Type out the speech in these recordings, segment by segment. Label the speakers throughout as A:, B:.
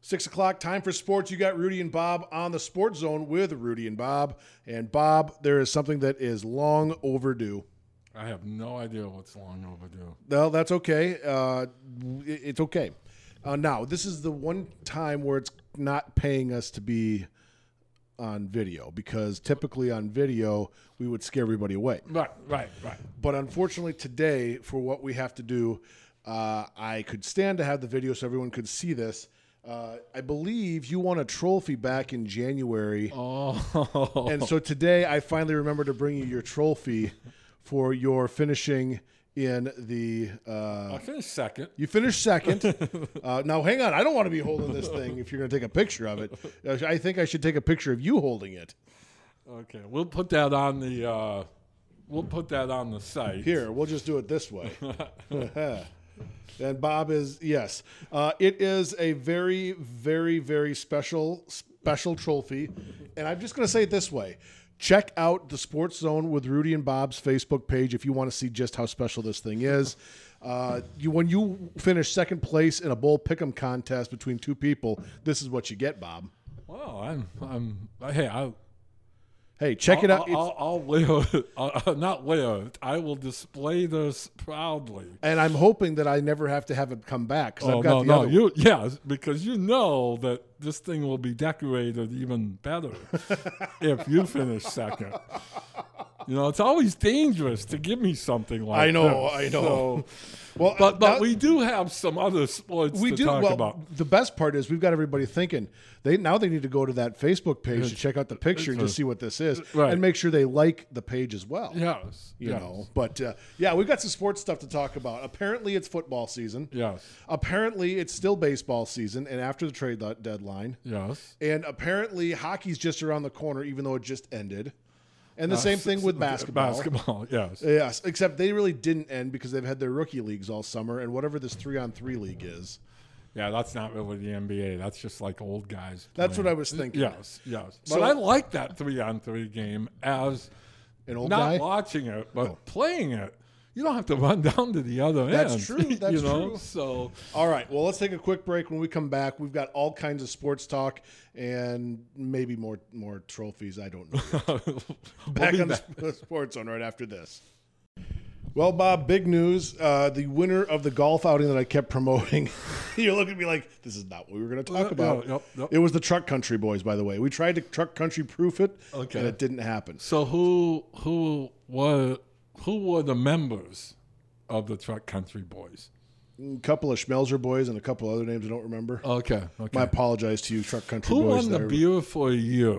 A: Six o'clock, time for sports. You got Rudy and Bob on the Sports Zone with Rudy and Bob. And Bob, there is something that is long overdue.
B: I have no idea what's long overdue.
A: Well, that's okay. Uh, it- it's okay. Uh, now, this is the one time where it's not paying us to be on video because typically on video we would scare everybody away.
B: Right, right, right.
A: But unfortunately, today for what we have to do, uh, I could stand to have the video so everyone could see this. Uh, I believe you won a trophy back in January.
B: Oh,
A: And so today I finally remember to bring you your trophy for your finishing in the. Uh,
B: I finished second.
A: you finished second. Uh, now, hang on. I don't want to be holding this thing if you're going to take a picture of it. Uh, I think I should take a picture of you holding it.
B: Okay, we'll put that on the uh, we'll put that on the site.
A: Here, we'll just do it this way. and Bob is yes. Uh, it is a very, very, very special, special trophy. And I'm just going to say it this way: check out the Sports Zone with Rudy and Bob's Facebook page if you want to see just how special this thing is. Uh, you, when you finish second place in a bowl pick'em contest between two people, this is what you get, Bob.
B: Well, I'm I'm hey I.
A: Hey, check it out.
B: I'll, I'll, I'll wear it. I'll, not wear it. I will display this proudly.
A: and I'm hoping that I never have to have it come back because
B: Oh
A: I've got
B: no,
A: the
B: no,
A: other.
B: you yeah, because you know that this thing will be decorated even better if you finish second. You know, it's always dangerous to give me something like
A: I know,
B: this,
A: I
B: so-
A: know. well,
B: but but
A: now-
B: we do have some other sports
A: we
B: to
A: do.
B: talk
A: well,
B: about.
A: the best part is we've got everybody thinking. They now they need to go to that Facebook page to check out the picture and just see what this is,
B: Right.
A: and make sure they like the page as well.
B: Yes,
A: you
B: yes,
A: know. But uh, yeah, we've got some sports stuff to talk about. Apparently, it's football season.
B: yes,
A: Apparently, it's still baseball season, and after the trade le- deadline,
B: yes.
A: and apparently hockey's just around the corner, even though it just ended. And the same thing with basketball.
B: Uh, Basketball, yes.
A: Yes, except they really didn't end because they've had their rookie leagues all summer and whatever this three on three league is.
B: Yeah, that's not really the NBA. That's just like old guys.
A: That's
B: playing.
A: what I was thinking.
B: Yes, yes. But
A: So-
B: I like that three on three game as
A: An old
B: not
A: guy. Oh.
B: watching it, but playing it. You don't have to run down to the other
A: That's
B: end.
A: true, that's
B: you know?
A: true.
B: So
A: All right. Well, let's take a quick break. When we come back, we've got all kinds of sports talk and maybe more more trophies. I don't know.
B: back
A: back on the sports zone right after this. Well, Bob, big news. Uh, the winner of the golf outing that I kept promoting. you look at me like, this is not what we were going to talk
B: Uh,
A: about.
B: yeah, yep, yep.
A: It was the Truck Country Boys, by the way. We tried to Truck Country proof it,
B: Okay.
A: and it didn't happen.
B: So who who were who were the members of the Truck Country Boys?
A: A couple of Schmelzer Boys and a couple other names I don't remember.
B: Okay, okay.
A: I apologize to you, Truck Country
B: who
A: Boys.
B: won
A: that
B: the
A: I-
B: beautiful year?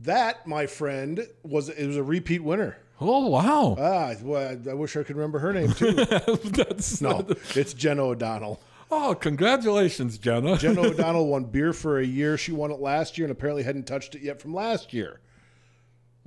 A: that, my friend, was it was a repeat winner.
B: Oh wow,
A: Ah, well, I wish I could remember her name too.
B: that's
A: No, it's Jenna O'Donnell.
B: Oh, congratulations, Jenna.
A: Jenna O'Donnell won beer for a year. She won it last year and apparently hadn't touched it yet from last year.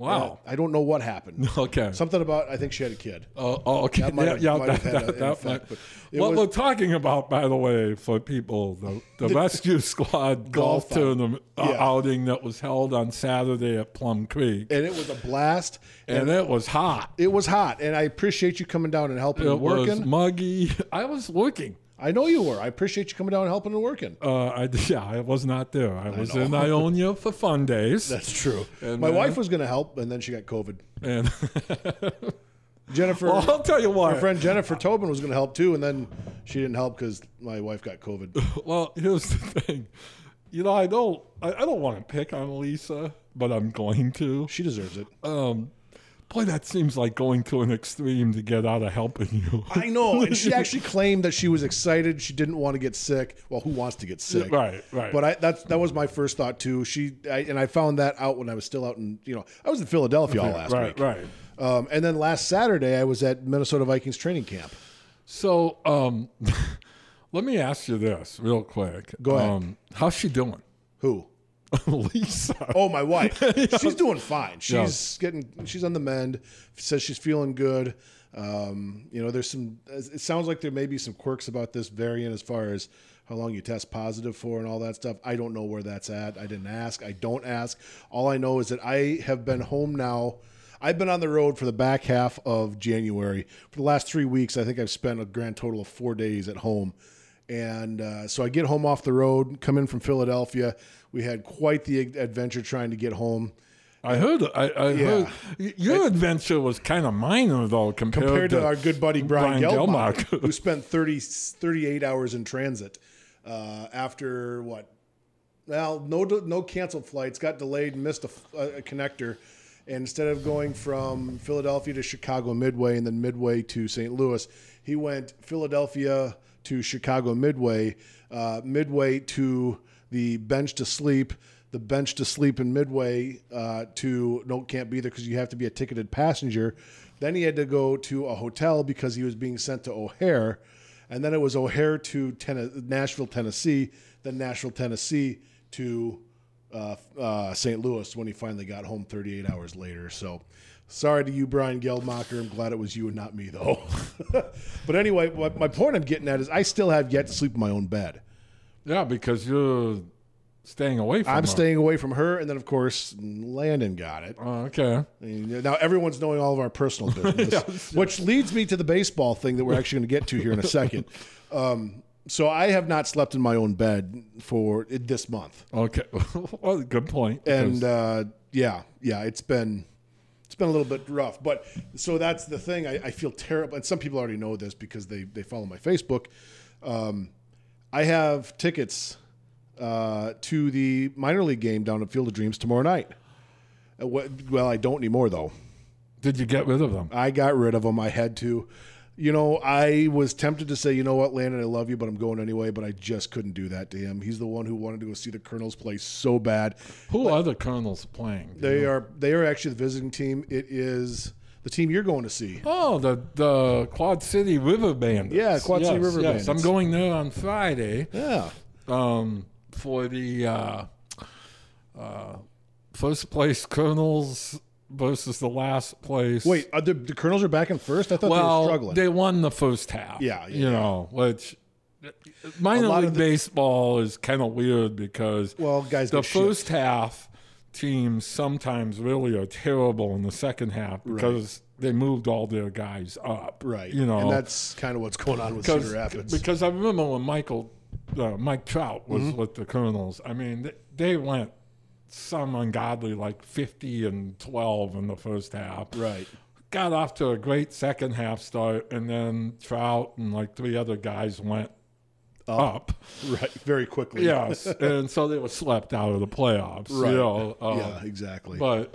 B: wow.
A: I don't know what happened.
B: Okay.
A: Something about I think she had a kid.
B: Oh, oh, okay.
A: That might have-
B: yeah, yeah,
A: might have
B: that,
A: had
B: that,
A: a- an
B: that
A: effect,
B: might-
A: but it
B: What
A: was-
B: we're talking about, by the way, for people, the, the, Rescue Squad golf,
A: Golf out.
B: tournament uh,
A: Yeah.
B: outing that was held on Saturday at Plum Creek,
A: And it was a blast.
B: and it was hot.
A: It was hot, and I appreciate you coming down and helping
B: It
A: and
B: was
A: working.
B: muggy. I was working.
A: I know you were. I appreciate you coming down and helping and working.
B: Uh, I yeah, I was not there. I was
A: know.
B: in Ionia for fun days,
A: That's true. My
B: uh,
A: wife was going to help, and then she got COVID.
B: and
A: Jennifer,
B: well, I'll tell you
A: my
B: what.
A: friend Jennifer Tobin was going to help too, and then she didn't help because my wife got COVID.
B: Well, here's the thing. You know, I don't, I, I don't want to pick on Lisa, but I'm going to.
A: She deserves it.
B: Um, boy, that seems like going to an extreme to get out of helping you.
A: I know. And she actually claimed that she was excited. She didn't want to get sick. Well, who wants to get sick?
B: Right, right.
A: But I, that's that was my first thought too. She I, and I found that out when I was still out in you know I was in Philadelphia all last
B: right,
A: week.
B: right.
A: Um, and then last Saturday I was at Minnesota Vikings training camp.
B: So, um, let me ask you this real quick.
A: Go ahead.
B: Um, how's she doing,
A: Who?
B: Lisa?
A: Oh, my wife. she's doing fine. She's getting she's on the mend. Says she's feeling good. Um, you know, there's some. It sounds like there may be some quirks about this variant as far as how long you test positive for and all that stuff. I don't know where that's at. I didn't ask. I don't ask. All I know is that I have been home now. I've been on the road for the back half of January. For the last three weeks, I think I've spent a grand total of four days at home. And uh, so I get home off the road, come in from Philadelphia. We had quite the adventure trying to get home.
B: I heard. I, I heard y- your adventure was kind of minor though compared,
A: compared to, our good buddy Brian,
B: Brian
A: Gelbach,
B: Gelbach.
A: who spent 30, 38 hours in transit uh, after what? Well, no, no canceled flights, got delayed, and missed a, f- a- a connector. And instead of going from Philadelphia to Chicago Midway and then Midway to St. Louis, he went Philadelphia to Chicago Midway, uh, Midway to the bench to sleep, the bench to sleep in Midway uh, to no can't be there because you have to be a ticketed passenger. Then he had to go to a hotel because he was being sent to O'Hare, and then it was O'Hare to Ten- Nashville, Tennessee, then Nashville, Tennessee to uh, uh, St. Louis when he finally got home 38 hours later. So sorry to you, Brian Geldmacher. I'm glad it was you and not me, though. but anyway, what my point I'm getting at is I still have yet to sleep in my own bed.
B: Yeah, because you're staying away from.
A: I'm
B: her.
A: staying away from her, and then of course Landon got it.
B: Oh, okay.
A: And now everyone's knowing all of our personal business, which leads me to the baseball thing that we're actually going to get to here in a second. Um, so I have not slept in my own bed for this month.
B: Okay. well, good point.
A: and uh, yeah, yeah, it's been it's been a little bit rough. But so that's the thing. I, I feel terrible, and some people already know this because they they follow my Facebook. Um, I have tickets uh, to the minor league game down at Field of Dreams tomorrow night. Uh, wh- Well, I don't anymore though.
B: did you get rid of them?
A: I got rid of them. I had to. You know, I was tempted to say, you know what, Landon, I love you, but I'm going anyway. But I just couldn't do that to him. He's the one who wanted to go see the Colonels play so bad.
B: Who are the Colonels playing?
A: They are they are actually the visiting team. It is the team you're going to see.
B: Oh, the the Quad City River Bandits.
A: Yeah, Quad City
B: Yes,
A: River
B: yes. I'm
A: Bandits.
B: going there on Friday
A: Yeah.
B: um, for the uh, uh, first place Colonels versus the last place.
A: Wait, are the, the Colonels are back in first. I thought they
B: well,
A: were struggling.
B: they won the first half.
A: Yeah, yeah,
B: you know, which minor
A: lot of
B: league
A: the-
B: baseball is kind of weird because
A: well, guys,
B: the
A: get shit.
B: first half teams sometimes really are terrible in the second half because they moved all their guys up.
A: right,
B: You know,
A: and that's kind of what's going on with Cedar Rapids.
B: because I remember when Michael, uh, Mike Trout was
A: Mm-hmm.
B: with the Colonels. I mean, they, they went some ungodly like 50 and 12 in the first half.
A: right,
B: Got off to a great second half start, and then Trout and like three other guys went up.
A: right, very quickly.
B: Yes, and so they were slept out of the playoffs.
A: Right.
B: You know, uh,
A: yeah, exactly.
B: But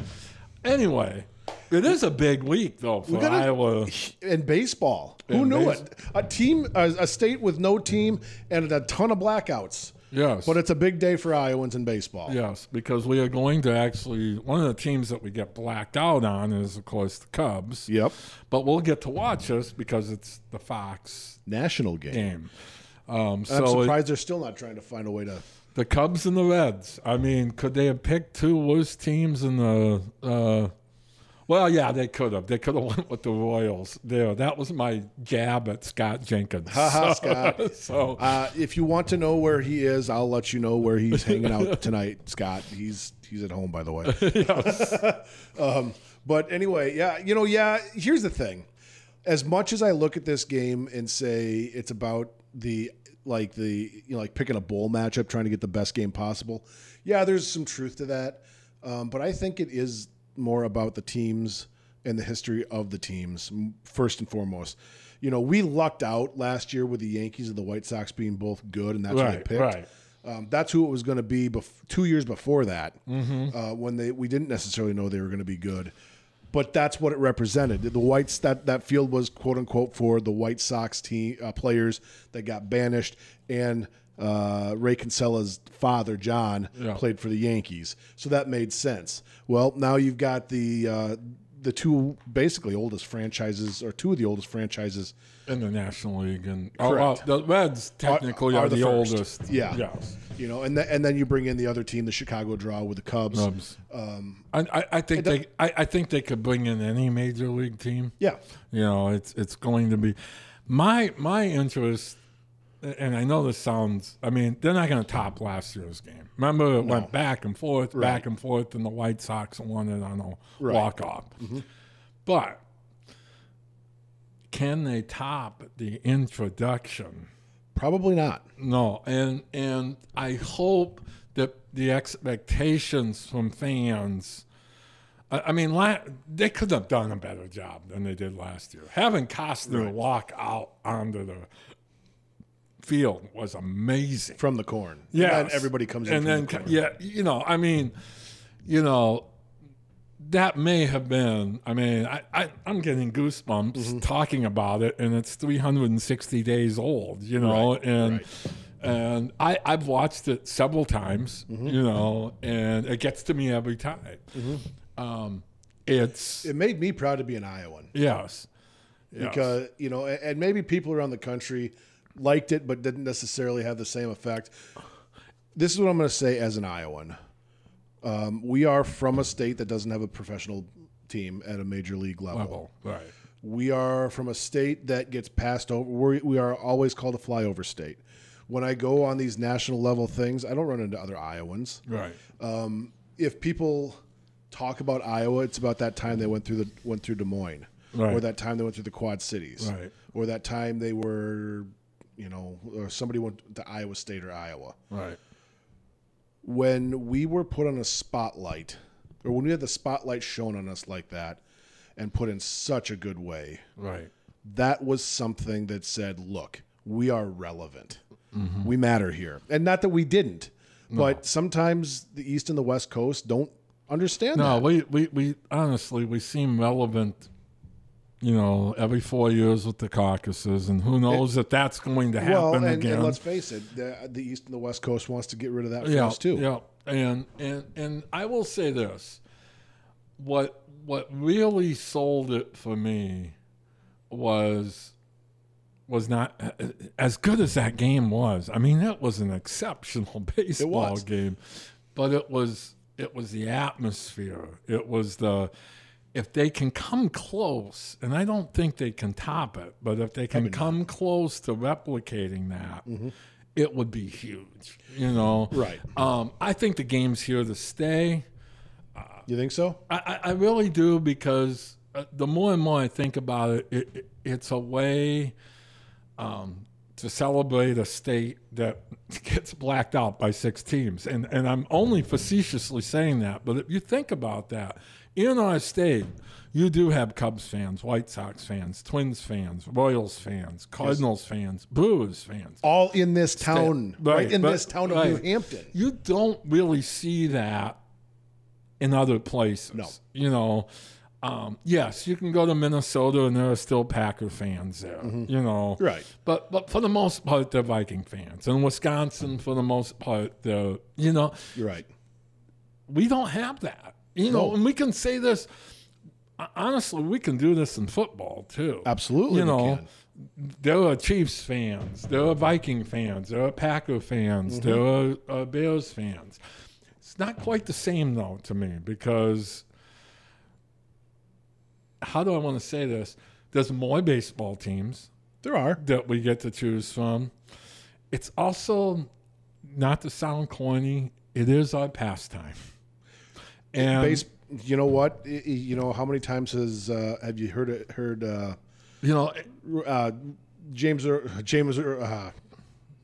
B: anyway, it is a big week though for
A: gotta-
B: Iowa.
A: and baseball, who
B: And
A: knew
B: base-
A: it? A team, a, a state with no team and a ton of blackouts.
B: Yes,
A: But it's a big day for Iowans in baseball.
B: yes, because we are going to actually one of the teams that we get blacked out on is of course the Cubs.
A: Yep.
B: But we'll get to watch us because it's the Fox
A: National game.
B: game. Um,
A: I'm
B: so it-
A: surprised they're still not trying to find a way to.
B: the Cubs and the Reds. I mean, could they have picked two worst teams in the? Uh, well, yeah, they could have. They could have went with the Royals. There, that was my jab at Scott Jenkins.
A: Haha, Scott.
B: so
A: Uh, if you want to know where he is, I'll let you know where he's hanging out tonight, Scott. He's he's at home, by the way. um, but anyway, yeah, you know, yeah. Here's the thing: as much as I look at this game and say it's about the like the you know like picking a bowl matchup, trying to get the best game possible, yeah, there's some truth to that. Um, but I think it is more about the teams and the history of the teams m- first and foremost. You know, we lucked out last year with the Yankees and the White Sox being both good, and that's what they
B: right,
A: picked.
B: right.
A: Um, that's who it was going to be bef- two years before that,
B: Mm-hmm.
A: uh, when they we didn't necessarily know they were going to be good, but that's what it represented. The whites that that field was quote unquote for the White Sox team uh, players that got banished, and uh, Ray Kinsella's father John
B: Yeah.
A: played for the Yankees, so that made sense. Well, now you've got the uh, the two basically oldest franchises, or two of the oldest franchises
B: In the National League, and oh,
A: Correct.
B: uh, the Reds technically
A: Are-
B: are,
A: are the
B: the,
A: first.
B: oldest.
A: Yeah.
B: Yes.
A: You know, and th- and then you bring in the other team, the Chicago draw with the Cubs.
B: Cubs. I, I, I think they I, I think they could bring in any major league team.
A: Yeah,
B: You know, it's it's going to be my my interest, and I know this sounds. I mean, they're not going to top last year's game. Remember, it went back and forth, back and forth, and the White Sox won it on a walk off. But can they top the introduction
A: Probably not.
B: No, and and I hope that the expectations from fans. I, I mean, la- they could have done a better job than they did last year. Having Costner walk out onto the field was amazing.
A: From the corn.
B: Yeah,
A: And then everybody comes in.
B: and
A: from
B: then
A: the corn.
B: co- yeah, you know, I mean, you know, that may have been. I mean, I, I I'm getting goosebumps
A: Mm-hmm.
B: talking about it, and it's 360 days old. You know, and and I I've watched it several times.
A: Mm-hmm.
B: You know, and it gets to me every time. Um, it's
A: Mm-hmm. It made me proud to be an Iowan.
B: yes, yes.
A: because you know, and, and maybe people around the country liked it, but didn't necessarily have the same effect. This is what I'm going to say as an Iowan. Um, we are from a state that doesn't have a professional team at a major league level.
B: Oh, right.
A: We are from a state that gets passed over. We're, we are always called a flyover state. When I go on these national level things, I don't run into other Iowans
B: Right.
A: if people talk about Iowa, it's about that time they went through the went through Des Moines,
B: Right.
A: or that time they went through the Quad Cities,
B: Right.
A: or that time they were, you know, or somebody went to Iowa State or Iowa.
B: right.
A: When we were put on a spotlight, or when we had the spotlight shown on us like that, and put in such a good way,
B: Right.
A: that was something that said, look, we are relevant. We matter here. And not that we didn't, but sometimes the East and the West Coast don't understand
B: No,
A: that.
B: we, we, we honestly we seem relevant, you know, every four years with the caucuses, and who knows if that's going to happen
A: Well, and, and
B: again.
A: let's face it, the, the East and the West Coast wants to get rid of that
B: yeah,
A: first, too.
B: yeah, and and and I will say this: what what really sold it for me was was not uh, as good as that game was. I mean, that was an exceptional baseball
A: was.
B: game, but it was it was the atmosphere. It was the if they can come close, and I don't think they can top it, but if they can come close to replicating that, it would be huge. You know,
A: Right.
B: Um, I think the game's here to stay.
A: You think so?
B: I, I I really do because uh, the more and more I think about it, it, it it's a way um, to celebrate a state that gets blacked out by six teams. And, and I'm only facetiously saying that, but if you think about that, in our state, you do have Cubs fans, White Sox fans, Twins fans, Royals fans, Cardinals fans, Brewers fans.
A: All in this town, right,
B: Right,
A: in
B: but-
A: this town of
B: right.
A: New Hampton.
B: You don't really see that in other places.
A: No.
B: You know, um, yes, you can go to Minnesota and there are still Packer fans there. You know,
A: Mm-hmm. Right.
B: But but for the most part, they're Viking fans. And Wisconsin, for the most part, they're you know
A: You're right.
B: we don't have that. You know, and we can say this. Honestly, we can do this in football too.
A: Absolutely,
B: you
A: we
B: know,
A: can.
B: there are Chiefs fans, there are Viking fans, there are Packer fans,
A: Mm-hmm.
B: there are uh, Bears fans. It's not quite the same though to me because how do I want to say this? There's more baseball teams
A: There are.
B: that we get to choose from. It's also not to sound corny. It is our pastime. And
A: Base, you know what? I- I- You know, how many times has uh, have you heard it, heard uh,
B: you know,
A: uh, James Earl, James Earl, uh,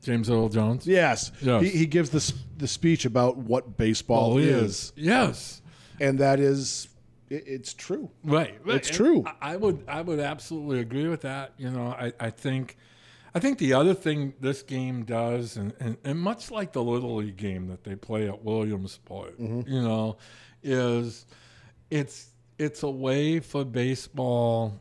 B: James Earl Jones.
A: Yes.
B: Yes. Oh,
A: He, he gives this the speech about what baseball is.
B: Yes.
A: and that is it, it's true.
B: Right, right.
A: It's true.
B: I- I would I would absolutely agree with that. You know, I, I think I think the other thing this game does and, and, and much like the Little League game that they play at Williamsport,
A: Mm-hmm.
B: you know, is it's it's a way for baseball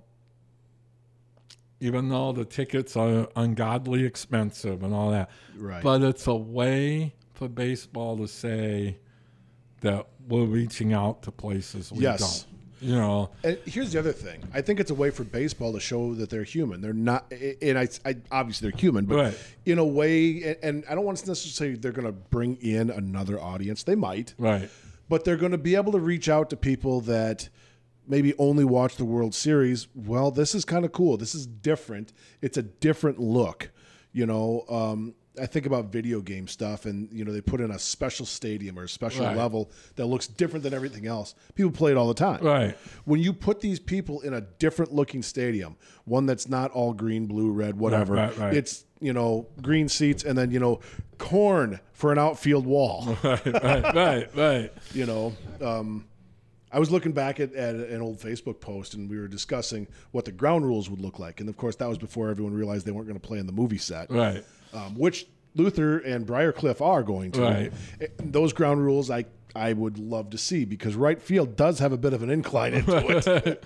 B: even though the tickets are ungodly expensive and all that.
A: Right.
B: But it's a way for baseball to say that we're reaching out to places we
A: Yes.
B: don't. You know,
A: And here's the other thing. I think it's a way for baseball to show that they're human. They're not, and I, I obviously they're human, but
B: Right.
A: in a way, and, and I don't want to necessarily say they're going to bring in another audience. They might,
B: Right.
A: but they're going to be able to reach out to people that maybe only watch the World Series. Well, this is kind of cool. This is different. It's a different look, you know. Um, I think about video game stuff, and you know they put in a special stadium or a special
B: Right.
A: level that looks different than everything else. People play it all the time.
B: Right.
A: When you put these people in a different looking stadium, one that's not all green, blue, red, whatever,
B: right, right.
A: it's you know green seats and then you know corn for an outfield wall.
B: right, right, right, right.
A: you know um, i was looking back at, at an old facebook post and we were discussing what the ground rules would look like and of course that was before everyone realized they weren't going to play in the movie set
B: Right.
A: um, which luther and briarcliff are going to
B: Right.
A: And those ground rules i I would love to see because right field does have a bit of an incline into it,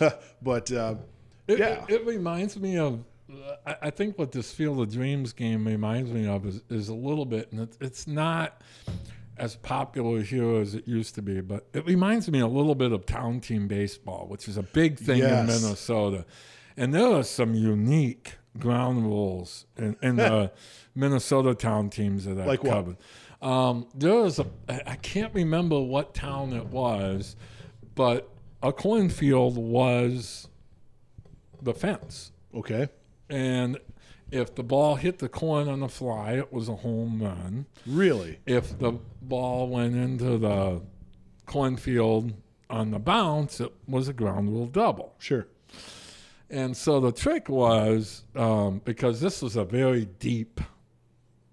A: but uh,
B: It,
A: yeah,
B: it, it reminds me of. I, I think what this Field of Dreams game reminds me of is, is a little bit, and it's it's not as popular here as it used to be, but it reminds me a little bit of town team baseball, which is a big thing in
A: Yes.
B: Minnesota. And there are some unique ground rules in, in the Minnesota town teams that I've
A: Like what?
B: covered. Um, there was a, I I can't remember what town it was, but a cornfield was the fence.
A: okay,
B: And if the ball hit the corn on the fly, it was a home run.
A: really,
B: If the ball went into the cornfield on the bounce, it was a ground rule double.
A: sure,
B: And so the trick was um, because this was a very deep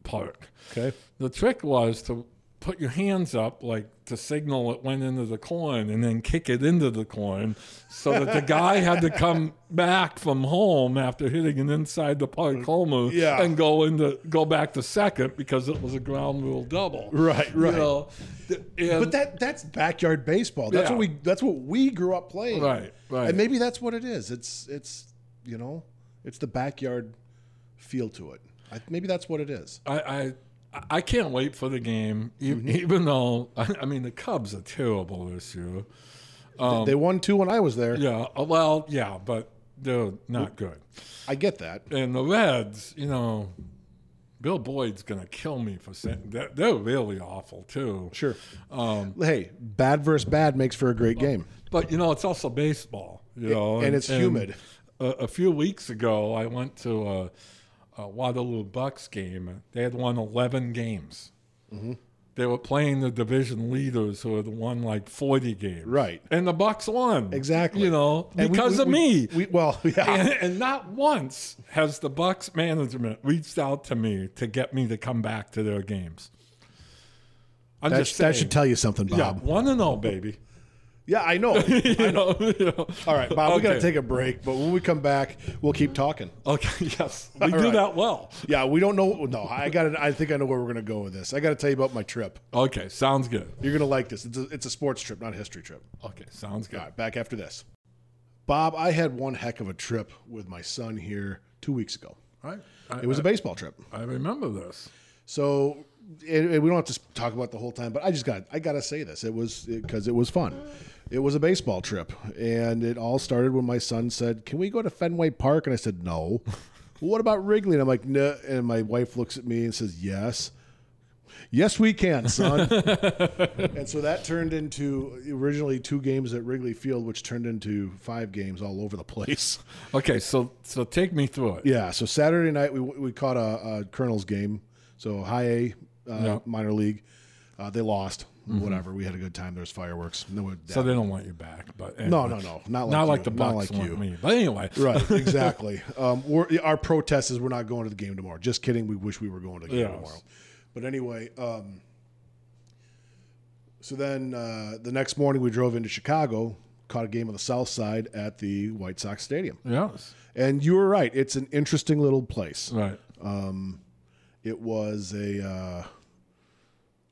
B: park,
A: okay,
B: the trick was to put your hands up like to signal it went into the corn and then kick it into the corn so that the guy had to come back from home after hitting an inside the park homer
A: Mm. Yeah.
B: and go into go back to second because it was a ground rule double
A: Right, right.
B: you know? Th- and-
A: But that that's backyard baseball. That's
B: Um, Yeah.
A: what we that's what we grew up playing.
B: Right, right.
A: And maybe that's what it is. It's it's you know, it's the backyard feel to it. I, maybe that's what it is.
B: I, I I can't wait for the game, e- even though I, I mean the Cubs are terrible this year. Um,
A: they won two when I was there.
B: Yeah, uh, well, yeah, but they're not good.
A: I get that.
B: And the Reds, you know, Bill Boyd's gonna kill me for saying they're, they're really awful too.
A: Sure.
B: Um,
A: hey, bad versus bad makes for a great game.
B: But you know, it's also baseball. You know,
A: and it's humid.
B: A, a few weeks ago, I went to a, a Waterloo Bucks game. They had won eleven games.
A: Mm-hmm.
B: They were playing the division leaders, who had won like forty games.
A: Right.
B: And the Bucks won
A: Exactly.
B: You know,
A: And we-
B: because
A: we-
B: of
A: we-
B: me.
A: We, well, yeah.
B: and, and not once has the Bucks management reached out to me to get me to come back to their games. I'm
A: That,
B: just
A: sh- that
B: saying.
A: should tell you something,
B: yeah,
A: Bob.
B: one and all, baby.
A: Yeah, I know.
B: you know, you know.
A: All right, Bob, we got to
B: Okay.
A: take a break, but when we come back, we'll keep talking.
B: Okay, yes, we do
A: right.
B: that well.
A: Yeah, we don't know. No, I got. to I think I know where we're going to go with this. I got to tell you about my trip.
B: Okay, sounds good.
A: You're going to like this. It's a, it's a sports trip, not a history trip.
B: Okay, sounds good.
A: All right, back after this. Bob, I had one heck of a trip with my son here two weeks ago.
B: All right, I,
A: It was a baseball trip.
B: I remember this.
A: So and and we don't have to talk about the whole time, but I just got I got to say this. It was because it, was fun. It was a baseball trip, and it all started when my son said, "Can we go to Fenway Park?" And I said, "No." well, what about Wrigley? And I'm like, "No." And my wife looks at me and says, "Yes." Yes, we can, son. and so that turned into originally two games at Wrigley Field, which turned into five games all over the place.
B: Okay, so so take me through it.
A: Yeah. So Saturday night we we caught a, a Colonel's game, so high A uh,
B: Yeah. Mm-hmm.
A: minor league. Uh, they lost. Whatever. We had a good time. There was fireworks. No, we-
B: So they don't want you back, but
A: no,
B: anyway.
A: no, no. Not like
B: not
A: you.
B: like the
A: Not
B: Bucks
A: like
B: want
A: you.
B: me. But anyway,
A: Right. Exactly. um, we're, our protest is we're not going to the game tomorrow. Just kidding. We wish we were going to the game
B: Yes.
A: tomorrow. But anyway. Um, so then uh, the next morning we drove into Chicago, caught a game on the south side at the White Sox Stadium.
B: Yes,
A: And you were right. It's an interesting little place.
B: right.
A: it was a uh,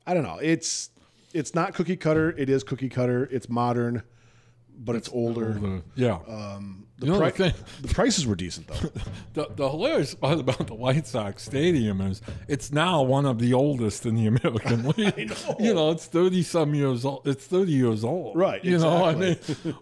A: i don't know it's it's not cookie cutter it is cookie cutter it's modern but it's, older
B: Yeah.
A: Um, the,
B: You know the
A: pri-
B: thing-
A: the prices were decent though
B: The, the hilarious part about the White Sox Stadium is it's now one of the oldest in the American League.
A: know.
B: You know, it's thirty some years old. It's thirty years old,
A: Right,
B: You know, I mean,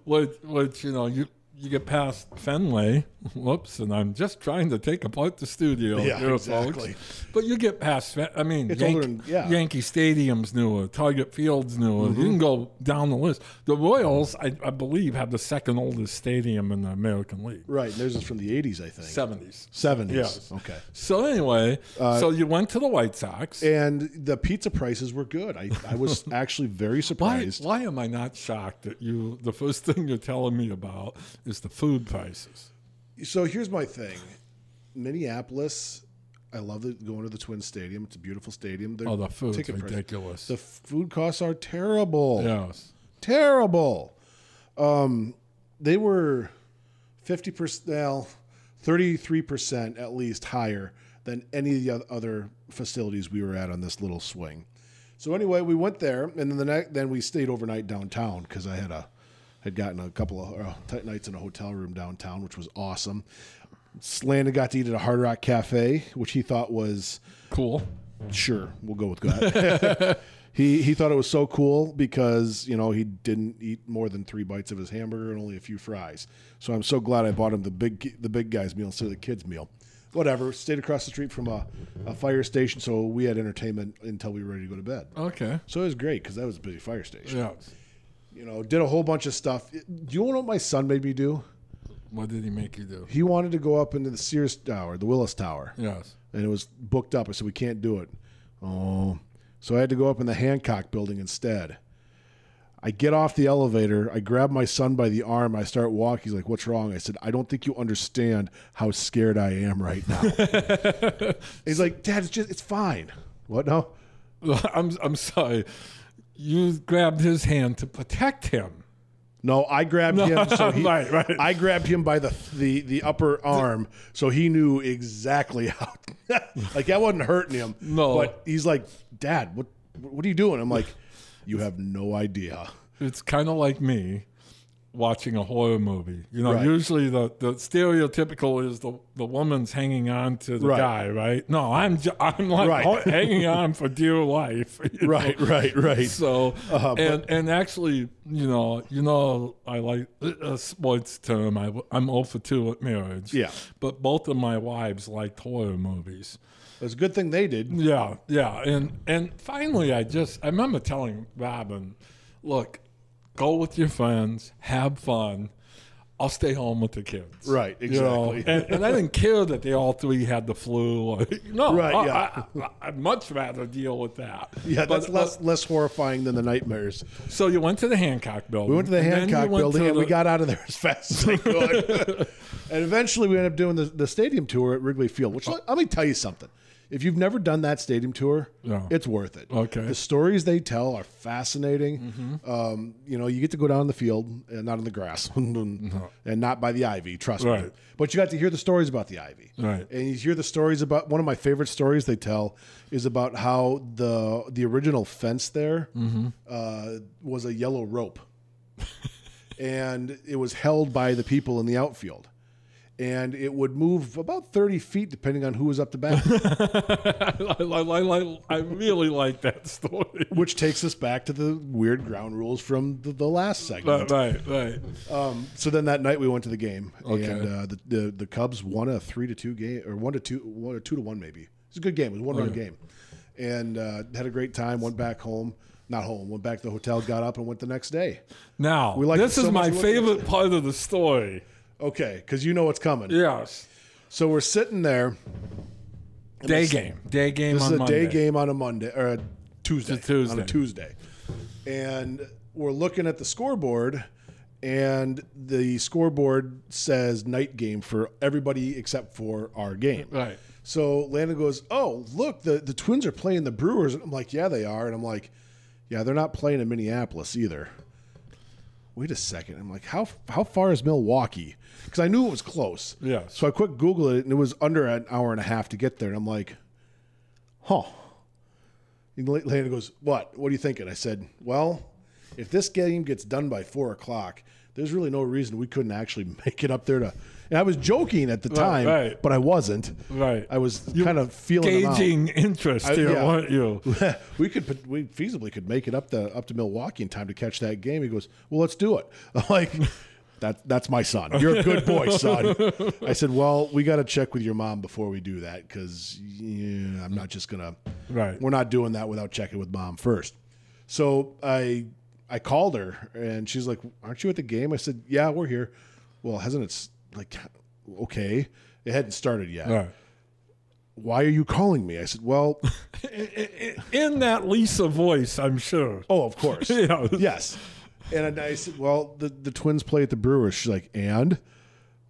B: which, which you know, you you get past Fenway, whoops, and I'm just trying to take apart the studio.
A: Yeah,
B: here,
A: exactly.
B: folks. But you get past that. I mean,
A: It's
B: Yankee,
A: older and- yeah. Mm-hmm.
B: Yankee Stadium's newer, Target Field's newer. You can go down the list. The Royals, I, I believe, have the second oldest stadium in the American League,
A: Right. And theirs is from the 80s, I think.
B: 70s.
A: 70s.
B: Yes.
A: Okay.
B: So anyway,
A: Uh,
B: so you went to the White Sox.
A: And the pizza prices were good. I, I was actually very
B: Why,
A: surprised.
B: why am I not shocked that you, the first thing you're telling me about is the food prices?
A: So here's my thing Minneapolis, I love the, going to the Twin Stadium. It's a beautiful stadium. Their
B: Oh, the food's
A: ticket prices-
B: ridiculous.
A: The food costs are terrible.
B: yes.
A: terrible. Um, they were 50%, well, 33% at least higher than any of the oth- other facilities we were at on this little swing. So anyway, we went there, and then the next, then we stayed overnight downtown because I had a had gotten a couple of uh, tight nights in a hotel room downtown, which was awesome. Slandon got to eat at a Hard Rock Cafe, which he thought was
B: Cool.
A: sure we'll go with that he he thought it was so cool because you know he didn't eat more than three bites of his hamburger and only a few fries so i'm so glad i bought him the big the big guy's meal instead of the kids meal whatever stayed across the street from a, a fire station so we had entertainment until we were ready to go to bed
B: Okay.
A: so it was great because that was a busy fire station
B: Yes.
A: you know did a whole bunch of stuff do you know what my son made me do
B: What did he make you do?
A: he wanted to go up into the sears tower the willis tower
B: Yes.
A: and it was booked up. I said we can't do it. Oh, so I had to go up in the Hancock building instead. I get off the elevator. I grab my son by the arm. I start walking. He's like, "What's wrong?" I said, "I don't think you understand how scared I am right now." He's like, "Dad, it's just it's fine." What now?
B: I'm I'm sorry. You grabbed his hand to protect him.
A: No, I grabbed him. So he,
B: Right, right.
A: I grabbed him by the the the upper arm, so he knew exactly how. like I wasn't hurting him.
B: No.
A: but he's like, Dad, what what are you doing? I'm like, you have no idea.
B: It's kind of like me watching a horror movie. You know,
A: Right.
B: usually the, the stereotypical is the, the woman's hanging on to the
A: Right.
B: guy, right? No, I'm ju- I'm like
A: Right.
B: ho- hanging on for dear life. you know?
A: Right, Uh-huh, right, right.
B: So and and actually, you know, you know, I like a sports term. I, I'm all for two at marriage.
A: Yeah.
B: but both of my wives liked horror movies.
A: It's a good thing they did.
B: Yeah, yeah, and and finally, I just I remember telling Robin, look, go with your friends, have fun. I'll stay home with the kids.
A: Right,
B: You know,
A: exactly.
B: and, and I didn't care that they all three had the flu. Or, no,
A: Right,
B: I,
A: yeah.
B: I, I, would much rather deal with that.
A: Yeah, that's
B: But, uh,
A: less less horrifying than the nightmares.
B: so you went to the Hancock building.
A: We went to the Hancock building and we got out of there as fast as we could. and eventually we ended up doing the, the stadium tour at Wrigley Field, which let, let me tell you something. If you've never done that stadium tour,
B: No.
A: it's worth it.
B: Okay.
A: The stories they tell are fascinating. Um, you know, you get to go down the field, and not on the grass, and not by the ivy, trust me.
B: Right.
A: But you got to hear the stories about the ivy.
B: Right.
A: And you hear the stories about one of my favorite stories they tell is about how the the original fence there
B: Mm-hmm.
A: uh, was a yellow rope, and it was held by the people in the outfield, and it would move about thirty feet depending on who was up to bat.
B: I, I- I- I really like that story.
A: Which takes us back to the weird ground rules from the, the last segment.
B: Right, right, right.
A: So then that night we went to the game, and
B: Okay.
A: uh, the, the the Cubs won a three to two game or one to two one or two to one maybe. It was a good game. It was a one run game, and uh, had a great time. Went back home, not home. Went back to the hotel, got up, and went the next day.
B: Now,
A: like it
B: this
A: so
B: is
A: much,
B: my
A: we went-
B: favorite part of the story.
A: Okay, because you know what's coming.
B: Yes.
A: So we're sitting there.
B: Day game. Day game
A: This
B: on
A: is a
B: Monday.
A: day game on a Monday or a Tuesday,
B: It's a Tuesday.
A: on a Tuesday, and we're looking at the scoreboard, and the scoreboard says night game for everybody except for our game.
B: Right.
A: So Landon goes, "Oh, look, the the Twins are playing the Brewers," and I'm like, "Yeah, they are," and I'm like, "Yeah, they're not playing in Minneapolis either." Wait a second. I'm like, how how far is Milwaukee? Because I knew it was close.
B: Yeah.
A: So I quick Googled it, and it was under an hour and a half to get there. And I'm like, huh. And La- Landon goes, what? What are you thinking? I said, well, if this game gets done by four o'clock, there's really no reason we couldn't actually make it up there to. And I was joking at the time,
B: right.
A: but I wasn't.
B: Right.
A: I was kind of feeling them out.
B: Gauging interest here,
A: yeah.
B: weren't you?
A: we could put, we feasibly could make it up to up to Milwaukee in time to catch that game. He goes, well, let's do it. I'm like, that that's my son. You're a good boy, son. I said, well, we got to check with your mom before we do that because yeah, I'm not just gonna.
B: Right.
A: We're not doing that without checking with mom first. So I I called her and she's like, aren't you at the game? I said, yeah, we're here. Well, hasn't it s- like okay? It hadn't started yet.
B: Right.
A: Why are you calling me? I said, well,
B: In that Lisa voice, I'm sure.
A: oh, of course.
B: You know,
A: yes. And I said, well, the, the twins play at the Brewers. She's like, and?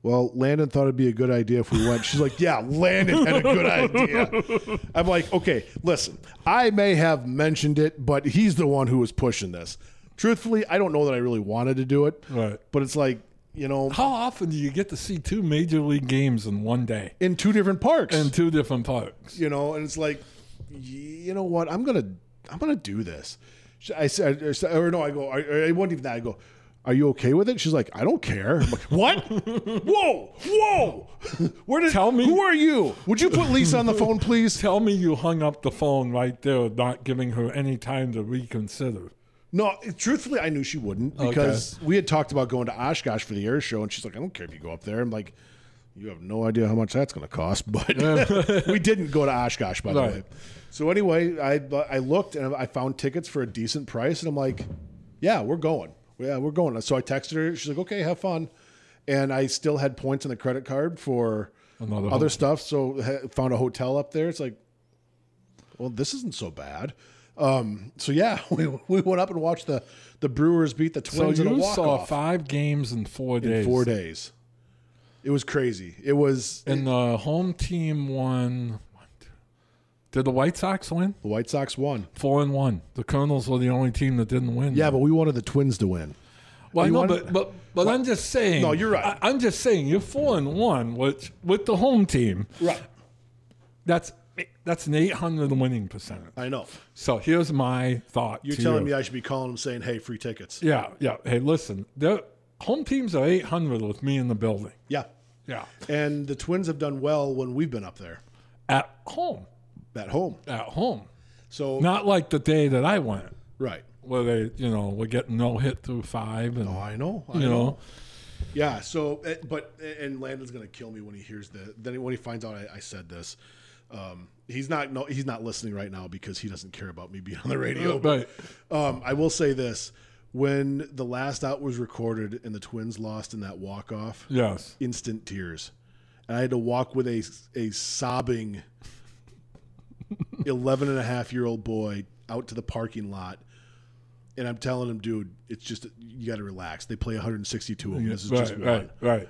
A: Well, Landon thought it'd be a good idea if we went. She's like, yeah, Landon had a good idea. I'm like, okay, listen, I may have mentioned it, but he's the one who was pushing this. Truthfully, I don't know that I really wanted to do it,
B: Right.
A: but it's like, you know,
B: How often do you get to see two major league games in one day
A: in two different parks.
B: in two different parks?
A: you know and it's like y- you know what i'm gonna i'm gonna do this Sh- i said I said- or no i go I, I wasn't even that i go are you okay with it she's like i don't care i'm like what whoa whoa where did
B: Tell me-
A: who are you would you put lisa on the phone please
B: Tell me you hung up the phone right there, not giving her any time to reconsider.
A: no truthfully i knew she wouldn't because we had talked about going to oshkosh for the air show and she's like i don't care if you go up there i'm like you have no idea how much that's going to cost but we didn't go to oshkosh by
B: Right.
A: the way So anyway, I I looked and I found tickets for a decent price, and I'm like, yeah, we're going. Yeah, we're going. So I texted her. She's like, okay, have fun. And I still had points on the credit card for
B: Another
A: other
B: hotel.
A: stuff. So ha- found a hotel up there. It's like, well, this isn't so bad. Um, so yeah, we, we went up and watched the the Brewers beat the
B: So
A: Twins in a
B: you
A: walk
B: saw
A: off
B: five games in four days.
A: four days. It was crazy. It was
B: And the home team won. one, two- Did the White Sox win?
A: the White Sox won.
B: Four and one. The Colonels were the only team that didn't win.
A: Yeah, but we wanted the Twins to win.
B: Well, I
A: You
B: know,
A: wanted-
B: but but but I'm just saying.
A: No, you're right.
B: I, I'm just saying you're four and one, which with the home team,
A: Right.
B: that's that's an 800 winning percentage.
A: I know.
B: So here's my thought.
A: You're
B: to
A: telling me
B: you.
A: I should be calling them saying, "Hey, free tickets."
B: Yeah, yeah. Hey, listen, their home teams are 800 with me in the building.
A: Yeah.
B: Yeah,
A: And the Twins have done well when we've been up there
B: at home,
A: at home.
B: at home.
A: So
B: Not like the day that I went,
A: right.
B: where they, you know, were getting no hit through five, and
A: I know. Oh, I
B: you
A: know.
B: know,
A: Yeah. So, eh, but and Landon's gonna kill me when he hears the. Then when he finds out I, I said this, um, he's not. No, he's not listening right now because he doesn't care about me being on the radio.
B: but
A: Um, I will say this: when the last out was recorded and the Twins lost in that walk off,
B: yes,
A: instant tears, and I had to walk with a a sobbing 11 and a half year old boy out to the parking lot. And I'm telling him, dude, it's just you got to relax. They play 162 of them. This is
B: right,
A: just one.
B: right, right.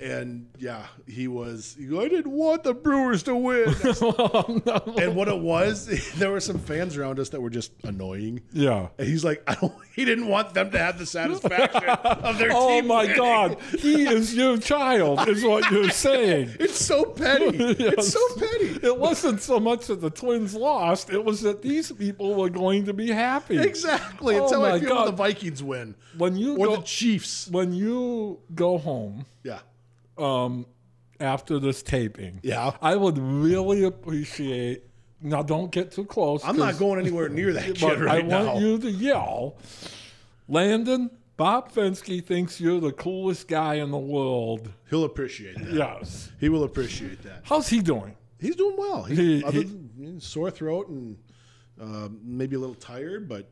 A: And yeah, he was. He go, I didn't want the Brewers to win.
B: Oh,
A: And what it was, there were some fans around us that were just annoying.
B: Yeah.
A: And he's like, I don't. He didn't want them to have the satisfaction of their
B: Oh
A: team.
B: my
A: winning.
B: God, he is your child, is what you're saying.
A: It's so petty. It's so petty.
B: It wasn't so much that the twins lost; it was that these people were going to be happy.
A: Exactly. It's
B: Oh
A: how I
B: my
A: feel
B: God.
A: when the Vikings win
B: When you
A: or
B: go,
A: the Chiefs.
B: when you go home
A: Yeah.
B: um, after this taping,
A: Yeah.
B: I would really appreciate. Now, don't get too close.
A: I'm not
B: 'cause-
A: going anywhere near that
B: but
A: kid right
B: I
A: now.
B: want you to yell, Landon. Bob Fensky thinks you're the coolest guy in the world.
A: He'll appreciate that.
B: Yes.
A: He will appreciate that.
B: How's he doing?
A: He's doing well. He,
B: He-
A: other
B: he-
A: than sore throat and um, maybe a little tired, but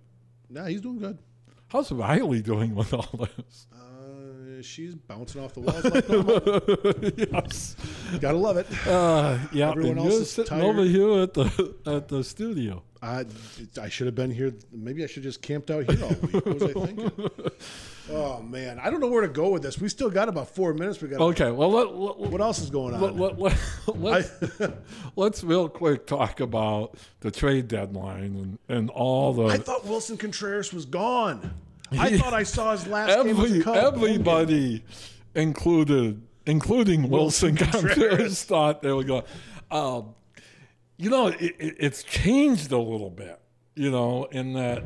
A: nah, he's doing good.
B: How's Riley doing with all this?
A: Uh, she's bouncing off the walls. Like normal.
B: yes.
A: Gotta love it.
B: Uh, yeah.
A: Everyone
B: and
A: else
B: you're
A: is
B: sitting
A: tired.
B: over here at the at the studio.
A: I, I should have been here. Maybe I should have just camped out here all week. What was I thinking? Oh man, I don't know where to go with this. We still got about four minutes. We got.
B: Okay. Well, let, let,
A: What else is going on?
B: let, let, us let's real quick talk about the trade deadline and, and all the
A: I thought Wilson Contreras was gone. I thought I saw his last game. as a
B: every
A: Cub.
B: everybody included including Wilson Contreras thought they were going. Um, you know, it, it, it's changed a little bit. You know, in that,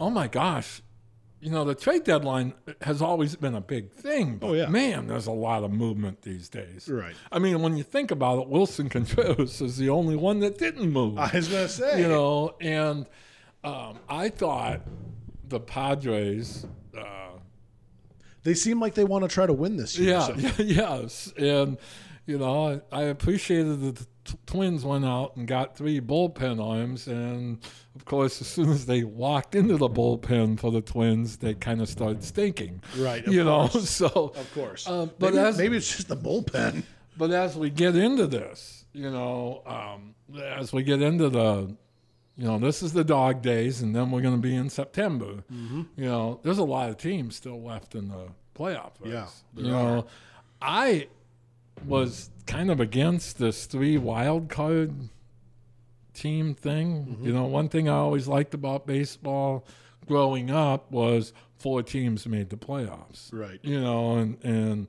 B: oh my gosh, you know, the trade deadline has always been a big thing, but
A: Oh, yeah.
B: man, there's a lot of movement these days.
A: Right.
B: I mean, when you think about it, Wilson Contreras is the only one that didn't move
A: I was gonna say.
B: you know and um, i thought the padres uh,
A: They seem like they want to try to win this year.
B: Yeah,
A: so-
B: yes, and you know I, I appreciated that the t- Twins went out and got three bullpen arms, and of course, as soon as they walked into the bullpen for the Twins, they kind of started stinking.
A: Right, of
B: you know, so
A: Of course.
B: Uh, but
A: maybe,
B: as
A: maybe it's just the bullpen.
B: but as we get into this, you know, um, as we get into the, you know, this is the dog days, and then we're going to be in September. You know, there's a lot of teams still left in the playoff race.
A: Yeah,
B: you know, I was kind of against this three wild card team thing. You know, one thing I always liked about baseball growing up was four teams made the playoffs
A: Right.
B: you know, and and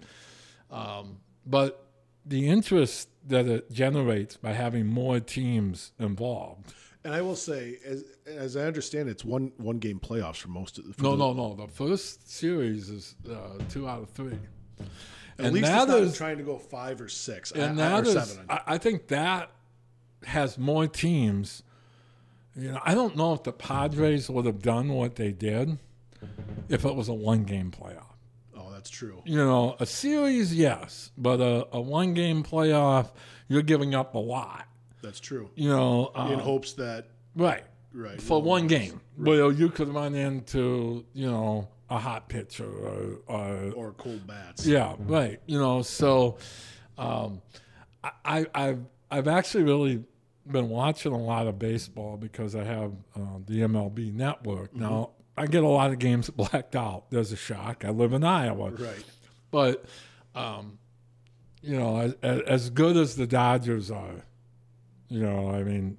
B: um, but the interest that it generates by having more teams involved.
A: And I will say, as as I understand, it's one one game playoffs for most of the. for
B: No,
A: the-
B: no, no. The first series is uh, two out of three,
A: At least it's not trying to go five or six
B: and
A: I- I-
B: that
A: or
B: is,
A: seven.
B: Uh, I, I think that has more teams. You know, I don't know if the Padres would have done what they did if it was a one-game playoff.
A: oh, that's true.
B: you know, a series, yes, but a, a one game playoff, you're giving up a lot.
A: That's true.
B: You know, uh,
A: In hopes that
B: right
A: right
B: for one game, well, you could run into you know a hot pitcher or, or
A: or cold bats.
B: yeah, right. You know, so um, I, I, I've I've actually really been watching a lot of baseball because I have uh, the MLB Network now. I get a lot of games blacked out. There's a shock. I live in Iowa
A: Right.
B: but um, you know, as, as as good as the Dodgers are, you know, I mean,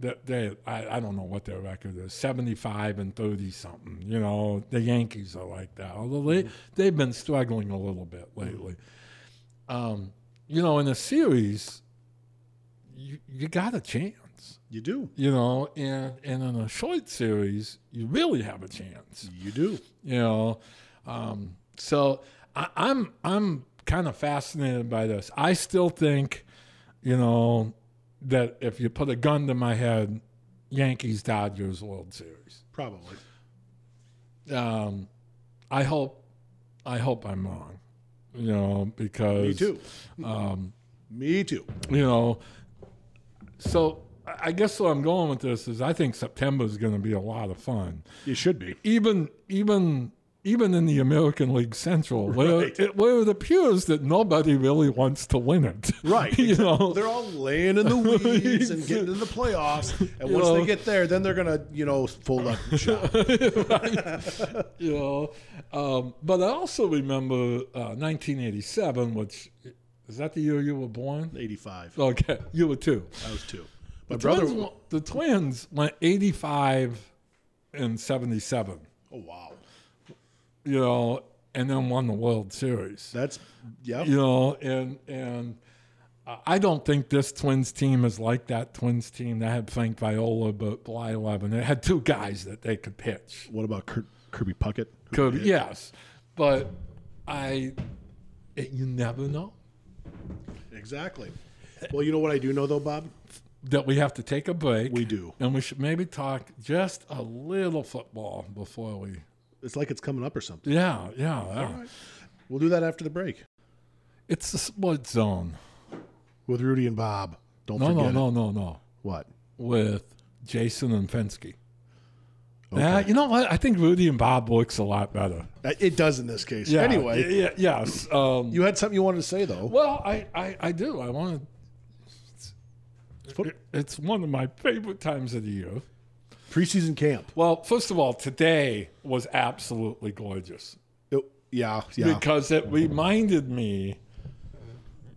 B: they, they I, I don't know what their record is, seventy five and thirty something. You know, the Yankees are like that, although they they've been struggling a little bit lately. Um, you know, in a series, you you got a chance.
A: You do.
B: You know, and and in a short series, you really have a chance
A: You do.
B: you know. Um, so I, I'm I'm kind of fascinated by this. I still think, you know, that if you put a gun to my head, Yankees Dodgers World Series.
A: Probably.
B: Um, I hope I hope I'm wrong, you know, because
A: Me too.
B: Um,
A: Me too.
B: you know. So I I guess where I'm going with this is I think September is going to be a lot of fun.
A: You should be.
B: even even even in the American League Central, where
A: Right.
B: it, where it appears that nobody really wants to win it,
A: Right.
B: you know,
A: They're all laying in the weeds and getting in the playoffs. And once
B: know.
A: they get there, then they're gonna, you know, fold up and shop.
B: you know. Um, but I also remember uh, 1987, which is that the year you were born?
A: Eighty-five.
B: Okay, you were two.
A: I was two. My brother.
B: Twins wa- the Twins went 85 and 77,
A: Oh wow.
B: you know, and then won the World Series.
A: That's yeah.
B: you know, and and I- I don't think this Twins team is like that Twins team that had Frank Viola, but Bly Levin. It had two guys that they could pitch.
A: What about Kurt, Kirby Puckett?
B: Could yes, but I, it, you never know
A: Exactly. Well, you know what I do know though, Bob.
B: that we have to take a break.
A: We do.
B: and we should maybe talk just a little football before we.
A: It's like it's coming up or something.
B: Yeah, yeah, yeah.
A: We'll do that after the break
B: It's the sports zone.
A: with Rudy and Bob. Don't
B: No,
A: forget
B: no,
A: it.
B: no, no, no.
A: What?
B: with Jason and Fensky. Yeah, you know what? I think Rudy and Bob works a lot better.
A: Uh, It does in this case.
B: Yeah,
A: Anyway,
B: y- y- yes. Um,
A: you had something you wanted to say though.
B: well, I, I, I do. I want to.
A: Foot-
B: It's one of my favorite times of the year.
A: Preseason camp.
B: Well, first of all, today was absolutely gorgeous
A: It- yeah, yeah.
B: because it reminded me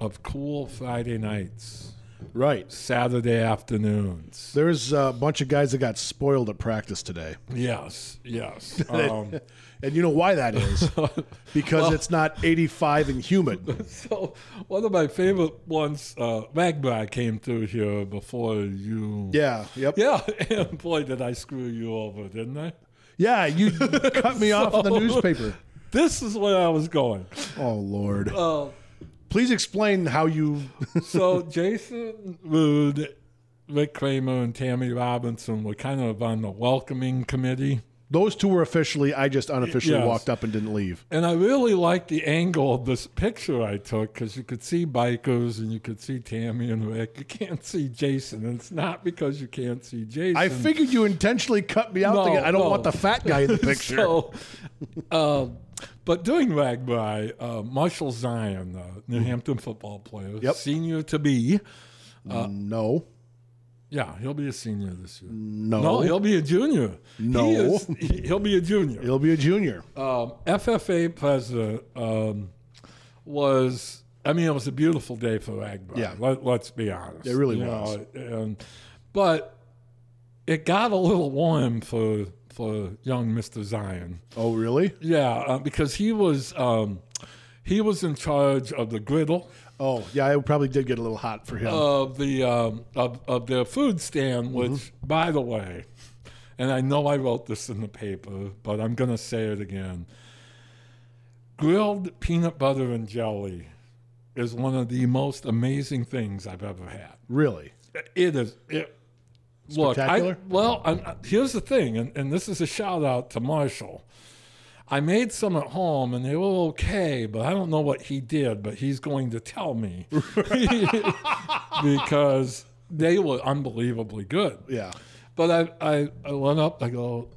B: of cool Friday nights,
A: Right.
B: Saturday afternoons.
A: There's a bunch of guys that got spoiled at practice today.
B: Yes, yes. Um,
A: And you know why that is? Because it's not 85 and humid.
B: So one of my favorite ones, uh, Magpie came through here before you.
A: Yeah, yep.
B: Yeah, and boy, did I screw you over, didn't I?
A: Yeah, you cut me off in the newspaper.
B: This is where I was going.
A: Oh, Lord.
B: Uh,
A: Please explain how you.
B: so Jason Rude, Rick Kramer, and Tammy Robinson were kind of on the welcoming committee
A: Those two were officially. I just unofficially
B: Yes.
A: walked up and didn't leave.
B: And I really liked the angle of this picture I took because you could see bikers and you could see Tammy and Rick. You can't see Jason. And it's not because you can't see Jason.
A: I figured you intentionally cut me out.
B: No,
A: to get, I don't
B: no.
A: want the fat guy in the picture.
B: So, um, but doing Ragbri, uh, Marshall Zion, uh, New Hampton football player,
A: Mm-hmm. Yep.
B: senior to be.
A: Uh,
B: uh,
A: no,
B: Yeah, he'll be a senior this year.
A: no,
B: No, he'll be a junior.
A: No.
B: He is, he- he'll be a junior.
A: he'll be a junior. Uh,
B: Um, FFA president um, was, I mean, it was a beautiful day for Ragbri.
A: Yeah.
B: Let, let's be honest.
A: It really
B: You
A: was.
B: know, and, but it got a little warm for, for young Mr. Zion.
A: Oh, really?
B: Yeah, uh, because he was um, he was in charge of the griddle
A: Oh, yeah. I probably did get a little hot for him.
B: of the um, of of their food stand. Which, by the way, and I know I wrote this in the paper, but I'm gonna say it again. Grilled peanut butter and jelly is one of the most amazing things I've ever had.
A: really?
B: It is. It, look, I,
A: Spectacular?
B: well, I'm, here's the thing, and, and this is a shout out to Marshall. I made some at home and they were okay, but I don't know what he did, but he's going to tell me because they were unbelievably good.
A: Yeah.
B: But I, I, I went up, I go,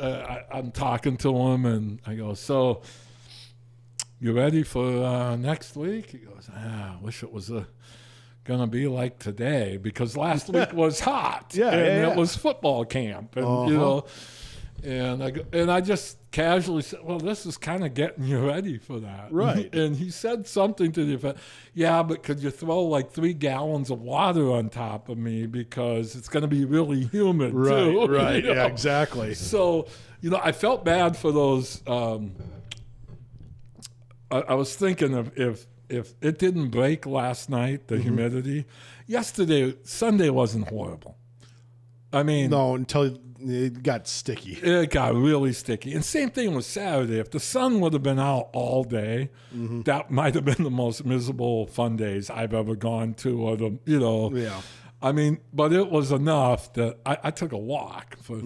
B: uh, I, I'm talking to him, and I go, so you ready for uh, next week? He goes, ah, I wish it was uh Gonna be like today because last week was hot,
A: Yeah,
B: and
A: yeah,
B: it
A: yeah. Uh-huh.
B: was football camp, and you know, and I go, and I just casually said, "Well, this is kind of getting you ready for that,
A: Right.
B: And he said something to the effect, "Yeah, but could you throw like three gallons of water on top of me because it's going to be really humid,
A: Right.
B: too?"
A: Right.
B: You
A: Yeah.
B: know?
A: Exactly.
B: So, you know, I felt bad for those. Um, I, I was thinking of if if it didn't break last night, the
A: Mm-hmm.
B: humidity. Yesterday, Sunday wasn't horrible. I mean,
A: No, until it got sticky.
B: it got really sticky. And same thing with Saturday. If the sun would have been out all day,
A: Mm-hmm.
B: that might have been the most miserable fun days I've ever gone to. Or the you know,
A: Yeah.
B: I mean, but it was enough that I, I took a walk for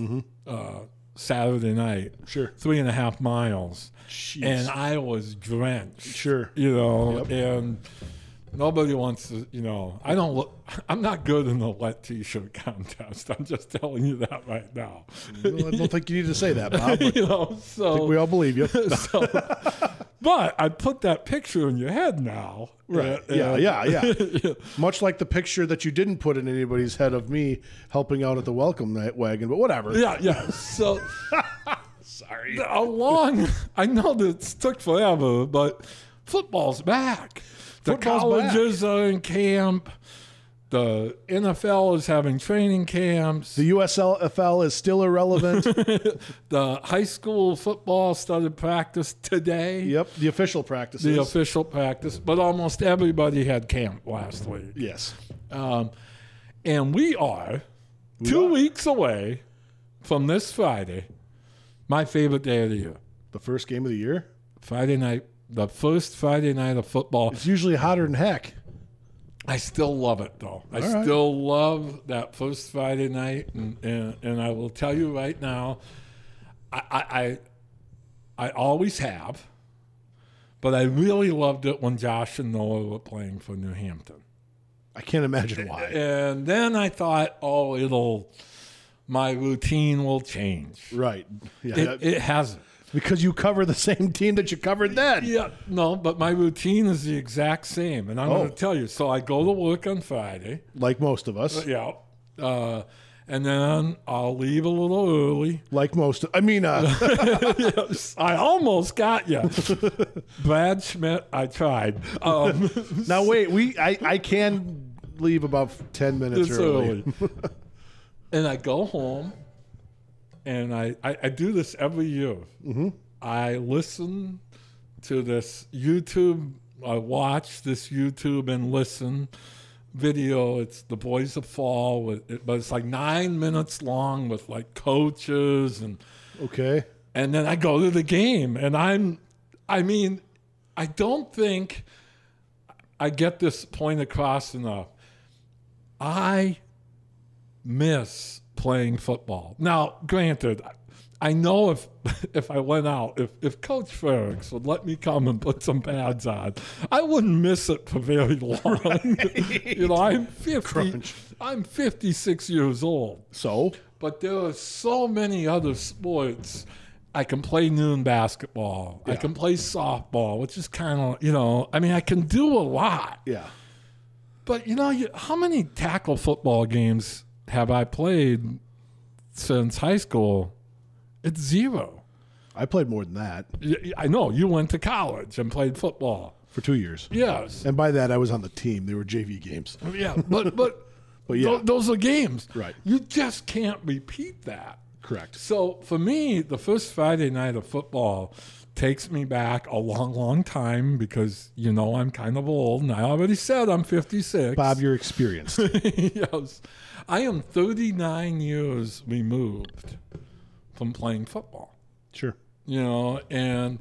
B: uh, Saturday night,
A: Mm-hmm. Sure.
B: three and a half miles,
A: Jeez.
B: and I was drenched.
A: Sure.
B: you know, and. Nobody wants to, you know. I don't look. I'm not good in the wet T-shirt contest. I'm just telling you that right now.
A: Well, I don't think you need to say that, Bob. But
B: you know, so,
A: we all believe you.
B: so- but I put that picture in your head now.
A: Right. Yeah, yeah, yeah. Much like the picture that you didn't put in anybody's head of me helping out at the welcome night wagon, but whatever.
B: Yeah, yeah. So
A: Sorry.
B: along I know this took forever, but football's back. The
A: Football's back.
B: colleges are in camp. The NFL is having training camps.
A: The USFL is still irrelevant.
B: The high school football started practice today.
A: yep. The official practices.
B: The official practice, but almost everybody had camp last week.
A: yes.
B: Um, and we are two
A: are.
B: weeks away from this Friday, my favorite day of the year.
A: The first game of the year.
B: Friday night, the first Friday night of football.
A: It's usually hotter than heck.
B: I still love it though. I
A: right.
B: still love that first Friday night, and and, and I will tell you right now, I, I I I always have, but I really loved it when Josh and Noah were playing for New Hampton.
A: I can't imagine why.
B: And then I thought, oh, it'll, my routine will change.
A: Right. Yeah.
B: It, it hasn't.
A: because you cover the same team that you covered then.
B: Yeah, no, but my routine is the exact same. And I'm
A: Oh.
B: going to tell you. So I go to work on Friday.
A: Like most of us.
B: Yeah. Uh, and then I'll leave a little early.
A: Like most. I mean, uh,
B: Yes, I almost got you. Brad Schmidt, I tried. Um,
A: now wait. We I, I can leave about ten minutes
B: It's
A: early.
B: early. and I go home, and I, I, I do this every year.
A: Mm-hmm.
B: I listen to this YouTube. I watch this YouTube and listen video. It's The Boys of Fall, with, it, but it's like nine minutes long with like coaches and
A: Okay.
B: and then I go to the game, and I'm, I mean, I don't think I get this point across enough. I miss playing football. Now, granted, I know if if I went out, if, if Coach Ferrix would let me come and put some pads on, I wouldn't miss it for very long. you know, I'm fifty.
A: Crunch.
B: I'm fifty six years old.
A: So
B: But there are so many other sports. I can play noon basketball. I can play softball, which is kind of, you know, I mean, I can do a lot.
A: yeah,
B: But, you know, you, how many tackle football games have I played since high school? It's zero.
A: I played more than that
B: Y- y- I know you went to college and played football.
A: for two years,
B: Yes.
A: and by that I was on the team. They were JV games.
B: Yeah. But, but,
A: But yeah.
B: tho- those are games.
A: Right.
B: You just can't repeat that.
A: Correct.
B: So for me, the first Friday night of football takes me back a long, long time because you know I'm kind of old, and I already said I'm 56.
A: Bob, you're experienced.
B: yes, I am 39 years removed from playing football.
A: sure,
B: You know, and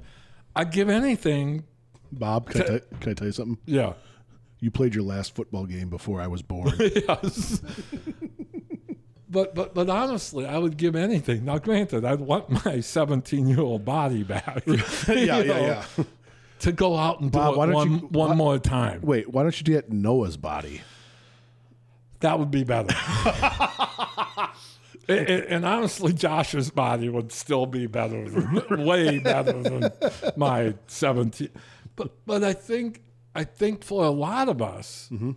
B: I'd give anything.
A: Bob. Can I, tell- can I tell you something?
B: Yeah.
A: You played your last football game before I was born.
B: Yes. But, but but honestly, I would give anything. Now, granted, I'd want my 17 year old body back.
A: yeah,
B: You know?
A: yeah, yeah.
B: to go out and do
A: Bob,
B: it
A: why don't
B: one,
A: you-
B: one more time.
A: Wait, why don't you get Noah's body?
B: That would be better. and, and- and honestly, Josh's body would still be better, than, way better than my 17. But but I think I think for a lot of us,
A: Mm-hmm.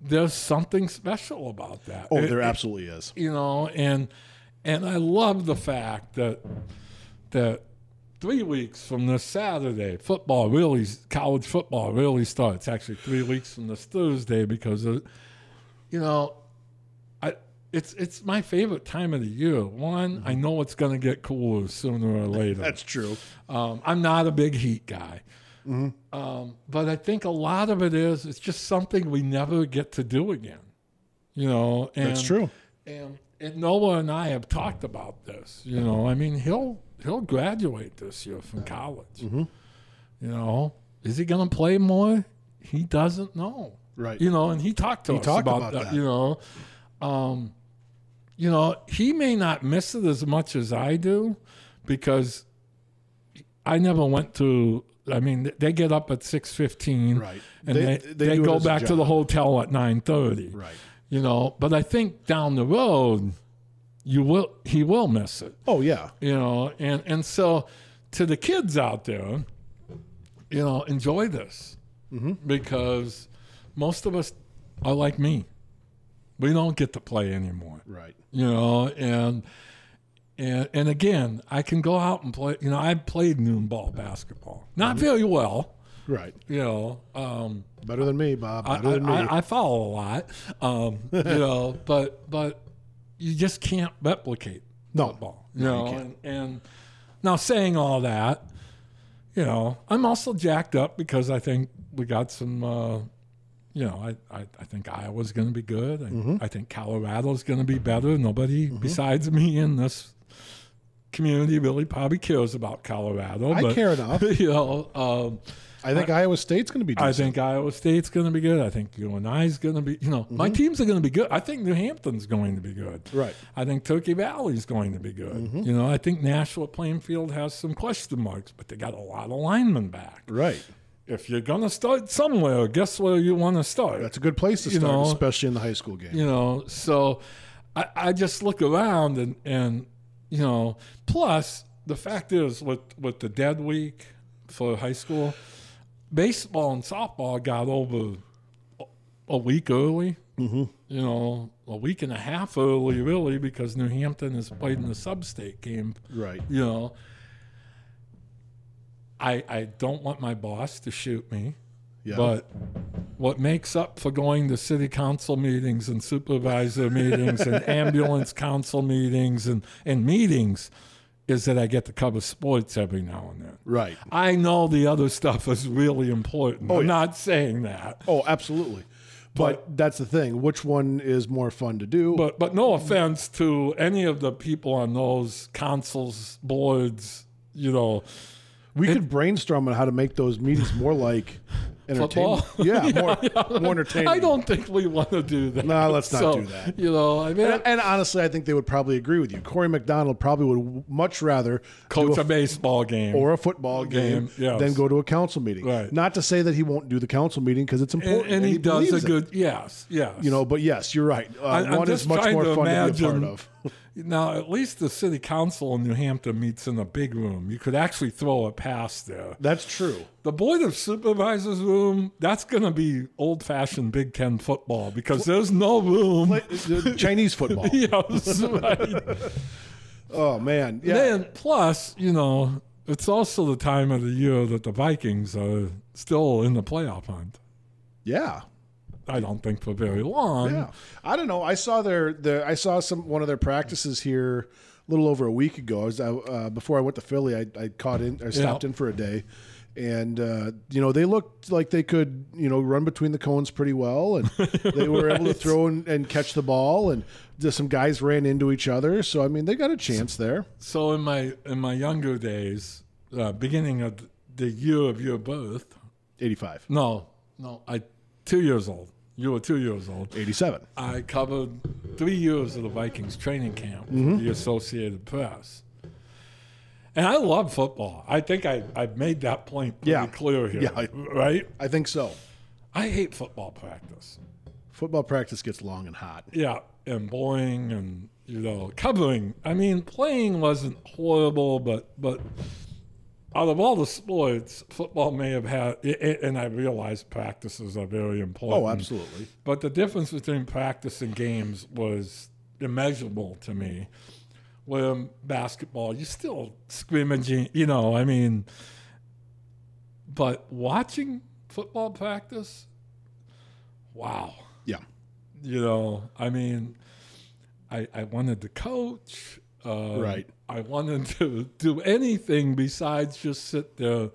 B: there's something special about that.
A: Oh,
B: It-
A: there absolutely is.
B: you know and and i love the fact that that three weeks from this saturday football really college football really starts actually three weeks from this thursday because of, you know i it's it's my favorite time of the year one i know it's going to get cooler sooner or later
A: Mm-hmm. That's true.
B: um, I'm not a big heat guy.
A: Mm-hmm.
B: Um, but I think a lot of it is it's just something we never get to do again. You know, and,
A: That's true.
B: And, and Noah and I have talked about this. You know, I mean, he'll he'll graduate this year from college. You know, is he going to play more? He doesn't know.
A: Right.
B: You know, and he talked to us
A: talked
B: about,
A: about
B: that,
A: that.
B: You know, um, you know, he may not miss it as much as I do because I never went to. I mean, they get up at six fifteen,
A: Right.
B: And
A: They-
B: they
A: they
B: they,
A: do it
B: go
A: as a
B: back to
A: job.
B: the hotel at nine thirty,
A: Right.
B: You know, but I think down the road, you will he will miss it
A: Oh yeah.
B: you know and and so to the kids out there you know enjoy this because most of us are like me we don't get to play anymore
A: Right.
B: you know and and and again i can go out and play you know i played noon ball basketball not very well
A: Right.
B: you know um
A: Better than me, Bob.
B: I,
A: Better than me.
B: I- I follow a lot, um, you know, but but you just can't replicate
A: No.
B: football, you know. and, and now saying all that, you know, I'm also jacked up because I think we got some. Uh, you know, I, I, I think Iowa's going to be good. I,
A: Mm-hmm.
B: I think Colorado's going to be better. Nobody besides me in this community really probably cares about Colorado.
A: I
B: but,
A: care enough.
B: You know, um,
A: I think Iowa State's going to be
B: I
A: decent.
B: think Iowa State's going to be good. I think UNI's going to be, you know, my teams are going to be good. I think New Hampton's going to be good.
A: Right.
B: I think Turkey Valley's going to be good. You know, I think Nashua Plainfield has some question marks, but they got a lot of linemen back.
A: right.
B: If you're going to start somewhere, guess where you want to start?
A: That's a good place to
B: You
A: start,
B: know,
A: especially in the high school game.
B: you know, so I, I just look around and, and, you know, plus the fact is with, with the dead week for high school, baseball and softball got over a week early. You know, a week and a half early, really, because New Hampton has played in the sub-state game.
A: Right.
B: You know, I I don't want my boss to shoot me,
A: Yeah.
B: but what makes up for going to city council meetings and supervisor meetings and ambulance council meetings and and meetings is that I get to cover sports every now and then.
A: right.
B: I know the other stuff is really important. I'm not saying that.
A: Oh, absolutely. But, that's the thing. Which one is more fun to do?
B: But but no offense to any of the people on those councils, boards, you know.
A: we could brainstorm on how to make those meetings more like
B: football.
A: Yeah, more, more entertaining.
B: I don't think we want to do that.
A: No, let's not
B: So,
A: do that.
B: You know, I mean,
A: And, and honestly, I think they would probably agree with you. Corey McDonald probably would much rather do
B: coach a, baseball game.
A: or a football game,
B: Game, yes.
A: then go to a council meeting.
B: Right.
A: Not to say that he won't do the council meeting because it's
B: and,
A: important,
B: and he, does a
A: believes it,
B: good yes, yes.
A: you know. But yes, you're right. Uh,
B: I- I'm
A: one is
B: just
A: much
B: trying
A: more
B: to
A: fun to be a
B: imagine-
A: part of.
B: Now, at least the city council in New Hampton meets in a big room. You could actually throw it past there.
A: That's true.
B: The board of supervisors room, that's going to be old fashioned Big Ten football because there's no room.
A: uh, Chinese football.
B: yes, right.
A: Oh man, yeah.
B: Then plus, you know, it's also the time of the year that the Vikings are still in the playoff hunt.
A: Yeah.
B: I don't think for very long.
A: Yeah. I don't know. I saw their, their I saw some one of their practices here a little over a week ago. I was, I, uh, before I went to Philly, I, I caught in I stopped
B: Yeah.
A: in for a day. And uh, you know they looked like they could you know run between the cones pretty well, and they were able to throw and, and catch the ball, and just some guys ran into each other. So I mean they got a chance there.
B: So in my in my younger days, uh, beginning of the year of your birth,
A: Eighty five.
B: no, no, I two years old. You were two years old.
A: 87.
B: I covered three years of the Vikings training camp for
A: Mm-hmm.
B: the Associated Press. And I love football. I think I, I've made that point pretty
A: Yeah.
B: clear here.
A: Yeah.
B: Right?
A: I think so.
B: I hate football practice.
A: Football practice gets long and hot.
B: Yeah. And boring and, you know, covering. I mean, playing wasn't horrible, but, but out of all the sports, football may have had, i- i- and I realize practices are very important.
A: Oh, absolutely.
B: But the difference between practice and games was immeasurable to me. With basketball, you're still scrimmaging, you know, I mean, but watching football practice, wow.
A: Yeah.
B: You know, I mean, I, I wanted to coach. Um,
A: Right.
B: I wanted to do anything besides just sit there.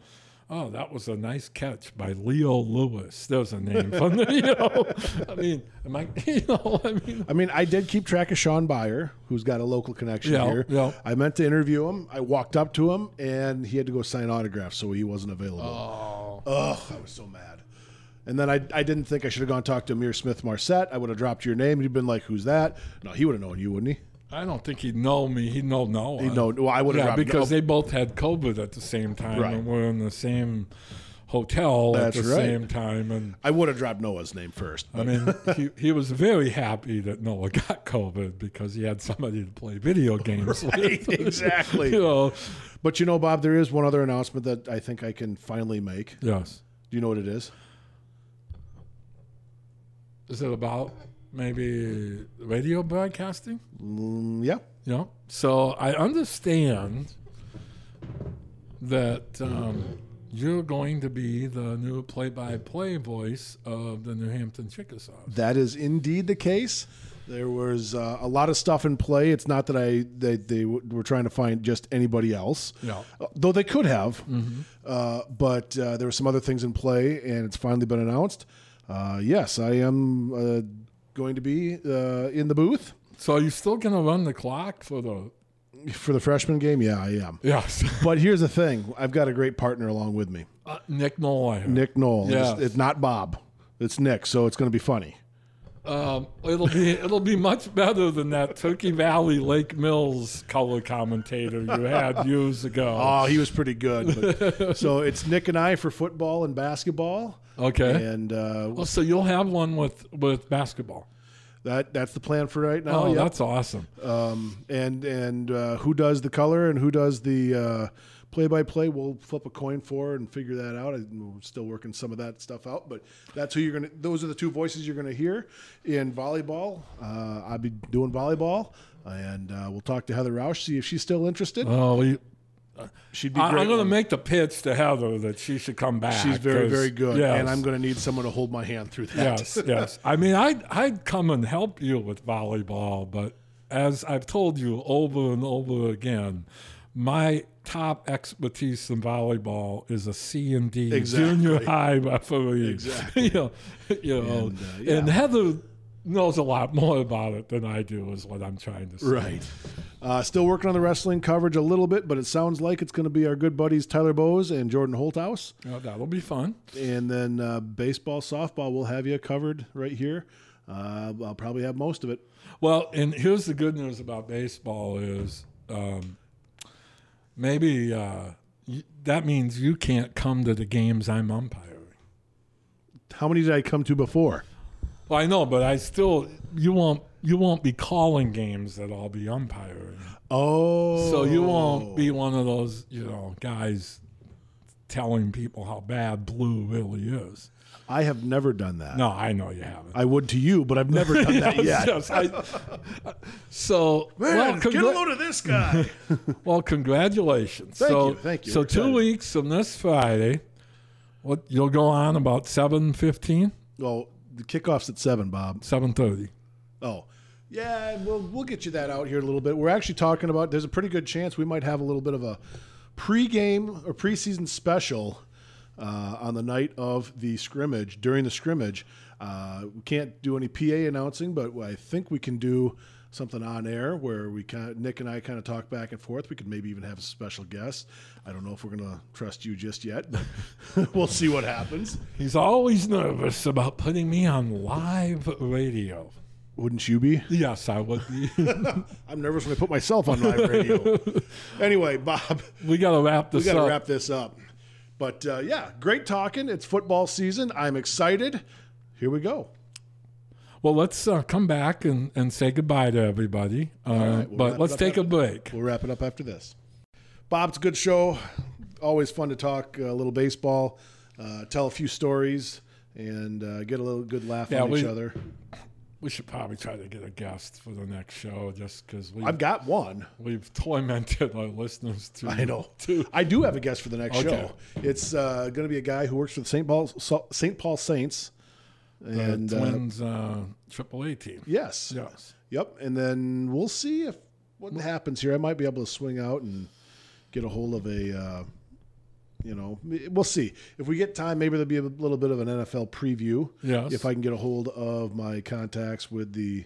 B: Oh, that was a nice catch by Leo Lewis. There's a name from the, you know, I mean, am I, you know, I mean,
A: I mean, I did keep track of Sean Byer, who's got a local connection
B: Yeah,
A: here.
B: yeah.
A: I meant to interview him. I walked up to him, and he had to go sign autographs, so he wasn't available. Oh, I was so mad. And then I, I didn't think I should have gone talk to Amir Smith Marset. I would have dropped your name. He'd been like, "Who's that?" No, he would have known you, wouldn't he?
B: I don't think he'd know me. He'd know Noah.
A: No, well, I would have
B: Uh, Yeah,
A: dropped
B: because they both had COVID at the same time
A: Right.
B: and were in the same hotel at
A: That's
B: the
A: right.
B: same time. And
A: I would have dropped Noah's name first.
B: I mean, he, he was very happy that Noah got COVID because he had somebody to play video games with.
A: exactly.
B: you know,
A: But you know, Bob, there is one other announcement that I think I can finally make.
B: yes.
A: Do you know what it is?
B: Is it about maybe radio broadcasting?
A: Mm, yeah.
B: Yeah. So I understand that um, you're going to be the new play-by-play voice of the New Hampton Chickasaws.
A: That is indeed the case. There was uh, a lot of stuff in play. It's not that I they, they w- were trying to find just anybody else,
B: No.
A: Uh, though they could have. Uh, but uh, there were some other things in play, and it's finally been announced. Uh, yes, I am uh, going to be uh, in the booth
B: So are you still going to run the clock for the?
A: for the freshman game. Yeah, I am.
B: Yes.
A: But here's the thing: I've got a great partner along with me,
B: Uh, Nick Nolan.
A: Nick Knoll.
B: Yes.
A: It's, it's not Bob; it's Nick. So it's going to be funny.
B: Um, it'll be it'll be much better than that Turkey Valley Lake Mills color commentator you had years ago.
A: Oh, he was pretty good. But, so it's Nick and I for football and basketball.
B: Okay.
A: And uh,
B: Well, so you'll have one with with basketball.
A: that that's the plan for right now.
B: Oh,
A: yep.
B: that's awesome.
A: Um, and and uh, who does the color and who does the uh, play-by-play? We'll flip a coin for and figure that out. I'm still working some of that stuff out, but that's who you're gonna. Those are the two voices you're gonna hear in volleyball. Uh, I'll be doing volleyball, and uh, we'll talk to Heather Roush see if she's still interested.
B: Oh, we-
A: She'd be
B: I,
A: great.
B: I'm going
A: one.
B: to make the pitch to Heather that she should come back.
A: She's very
B: 'cause-
A: very good,
B: yes,
A: and I'm gonna need someone to hold my hand through that.
B: Yes, yes. I mean, I'd I'd come and help you with volleyball, but as I've told you over and over again, my top expertise in volleyball is a C and D
A: Exactly.
B: junior high referee.
A: Exactly.
B: you know, you know.
A: And,
B: And,
A: uh, yeah.
B: Heather knows a lot more about it than I do, is what I'm trying to say.
A: Right. Uh, still working on the wrestling coverage a little bit, but it sounds like it's going to be our good buddies Tyler Bowes and Jordan Holthouse.
B: Now, that'll be fun.
A: And then uh, baseball, softball, we'll have you covered right here. Uh, I'll probably have most of it.
B: Well, and here's the good news about baseball is um, maybe uh, y- that means you can't come to the games I'm umpiring.
A: How many did I come to before?
B: Well, I know, but I still you won't you won't be calling games that I'll be umpiring.
A: Oh,
B: So you won't be one of those you know guys telling people how bad blue really is.
A: I have never done that.
B: No, I know you haven't.
A: I would to you, but I've never done that yet.
B: Yes, I- so well, congr-
A: of this guy.
B: Well, congratulations.
A: Thank
B: so,
A: you, thank you.
B: So
A: We're
B: two
A: excited.
B: weeks from this Friday, what you'll go on about 7.15,
A: well, the kickoff's at seven, Bob.
B: 7.30.
A: Oh, yeah. We'll we'll get you that out here in a little bit. We're actually talking about. There's a pretty good chance we might have a little bit of a pregame or preseason special uh, on the night of the scrimmage. During the scrimmage, uh, we can't do any PA announcing, but I think we can do something on air where we kind of, Nick and I kind of talk back and forth. We could maybe even have a special guest. I don't know if we're going to trust you just yet, but we'll see what happens.
B: He's always nervous about putting me on live radio.
A: Wouldn't you be?
B: Yes, I would be.
A: I'm nervous when I put myself on live radio. anyway, Bob,
B: we got to wrap this
A: we got to
B: up.
A: wrap this up. But uh, yeah, great talking. It's football season. I'm excited. Here we go.
B: well, let's uh, come back and, and say goodbye to everybody. Uh,
A: right, we'll wrap
B: but
A: it
B: let's
A: up
B: take a
A: after-
B: break.
A: We'll wrap it up after this. Bob, it's a good show. Always fun to talk a little baseball, uh, tell a few stories, and uh, get a little good laugh
B: Yeah,
A: on each
B: we-
A: other.
B: We should probably try to get a guest for the next show just because we,
A: I've got one.
B: we've tormented our listeners too.
A: I know. I do have a guest for the next
B: Okay.
A: show. It's uh, going to be a guy who works for the St. Paul St. Paul Saints,
B: The
A: and uh,
B: Twins uh, AAA team.
A: yes,
B: Yes.
A: Yep, and then we'll see if what happens here. I might be able to swing out and get a hold of a, uh, you know, we'll see if we get time. Maybe there'll be a little bit of an NFL preview.
B: Yes.
A: if I can get a hold of my contacts with the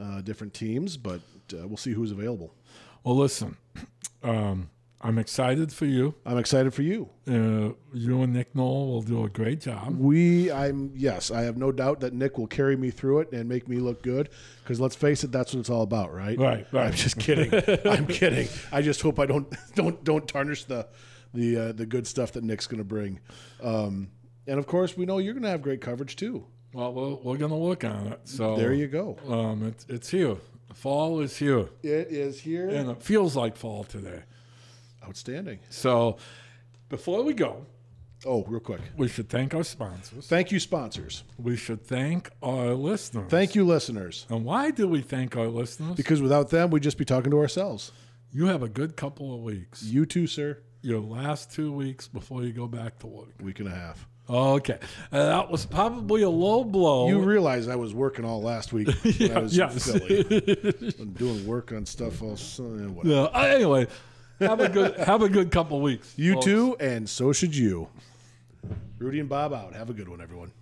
A: uh, different teams, but uh, we'll see who's available.
B: Well, listen, um, I'm excited for you.
A: I'm excited for you.
B: Uh, you and Nick Knoll will do a great job.
A: We, I'm yes, I have no doubt that Nick will carry me through it and make me look good. Because let's face it, that's what it's all about, right?
B: Right, right.
A: I'm just kidding. I'm kidding. I just hope I don't don't don't tarnish the the uh, the good stuff that Nick's going to bring. Um, and of course, we know you're going to have great coverage too.
B: Well, we're, we're going to work on it. So
A: There you go.
B: Um, it, it's here. Fall is here,
A: It is here.
B: and it feels like fall today.
A: Outstanding.
B: So, before we go,
A: Oh, real quick.
B: we should thank our sponsors.
A: Thank you, sponsors.
B: We should thank our listeners.
A: Thank you, listeners.
B: And why do we thank our listeners?
A: Because without them, we'd just be talking to ourselves.
B: you have a good couple of weeks.
A: You too, sir.
B: Your last two weeks before you go back to work.
A: Week and a half.
B: Okay, Uh, that was probably a low blow.
A: You realize I was working all last week when I was in
B: yes.
A: Philly. and doing work on stuff all Sunday. Whatever.
B: Yeah. uh, Anyway, have a good have a good couple weeks.
A: You
B: folks.
A: too, and so should you. Rudy and Bob out. Have a good one, everyone.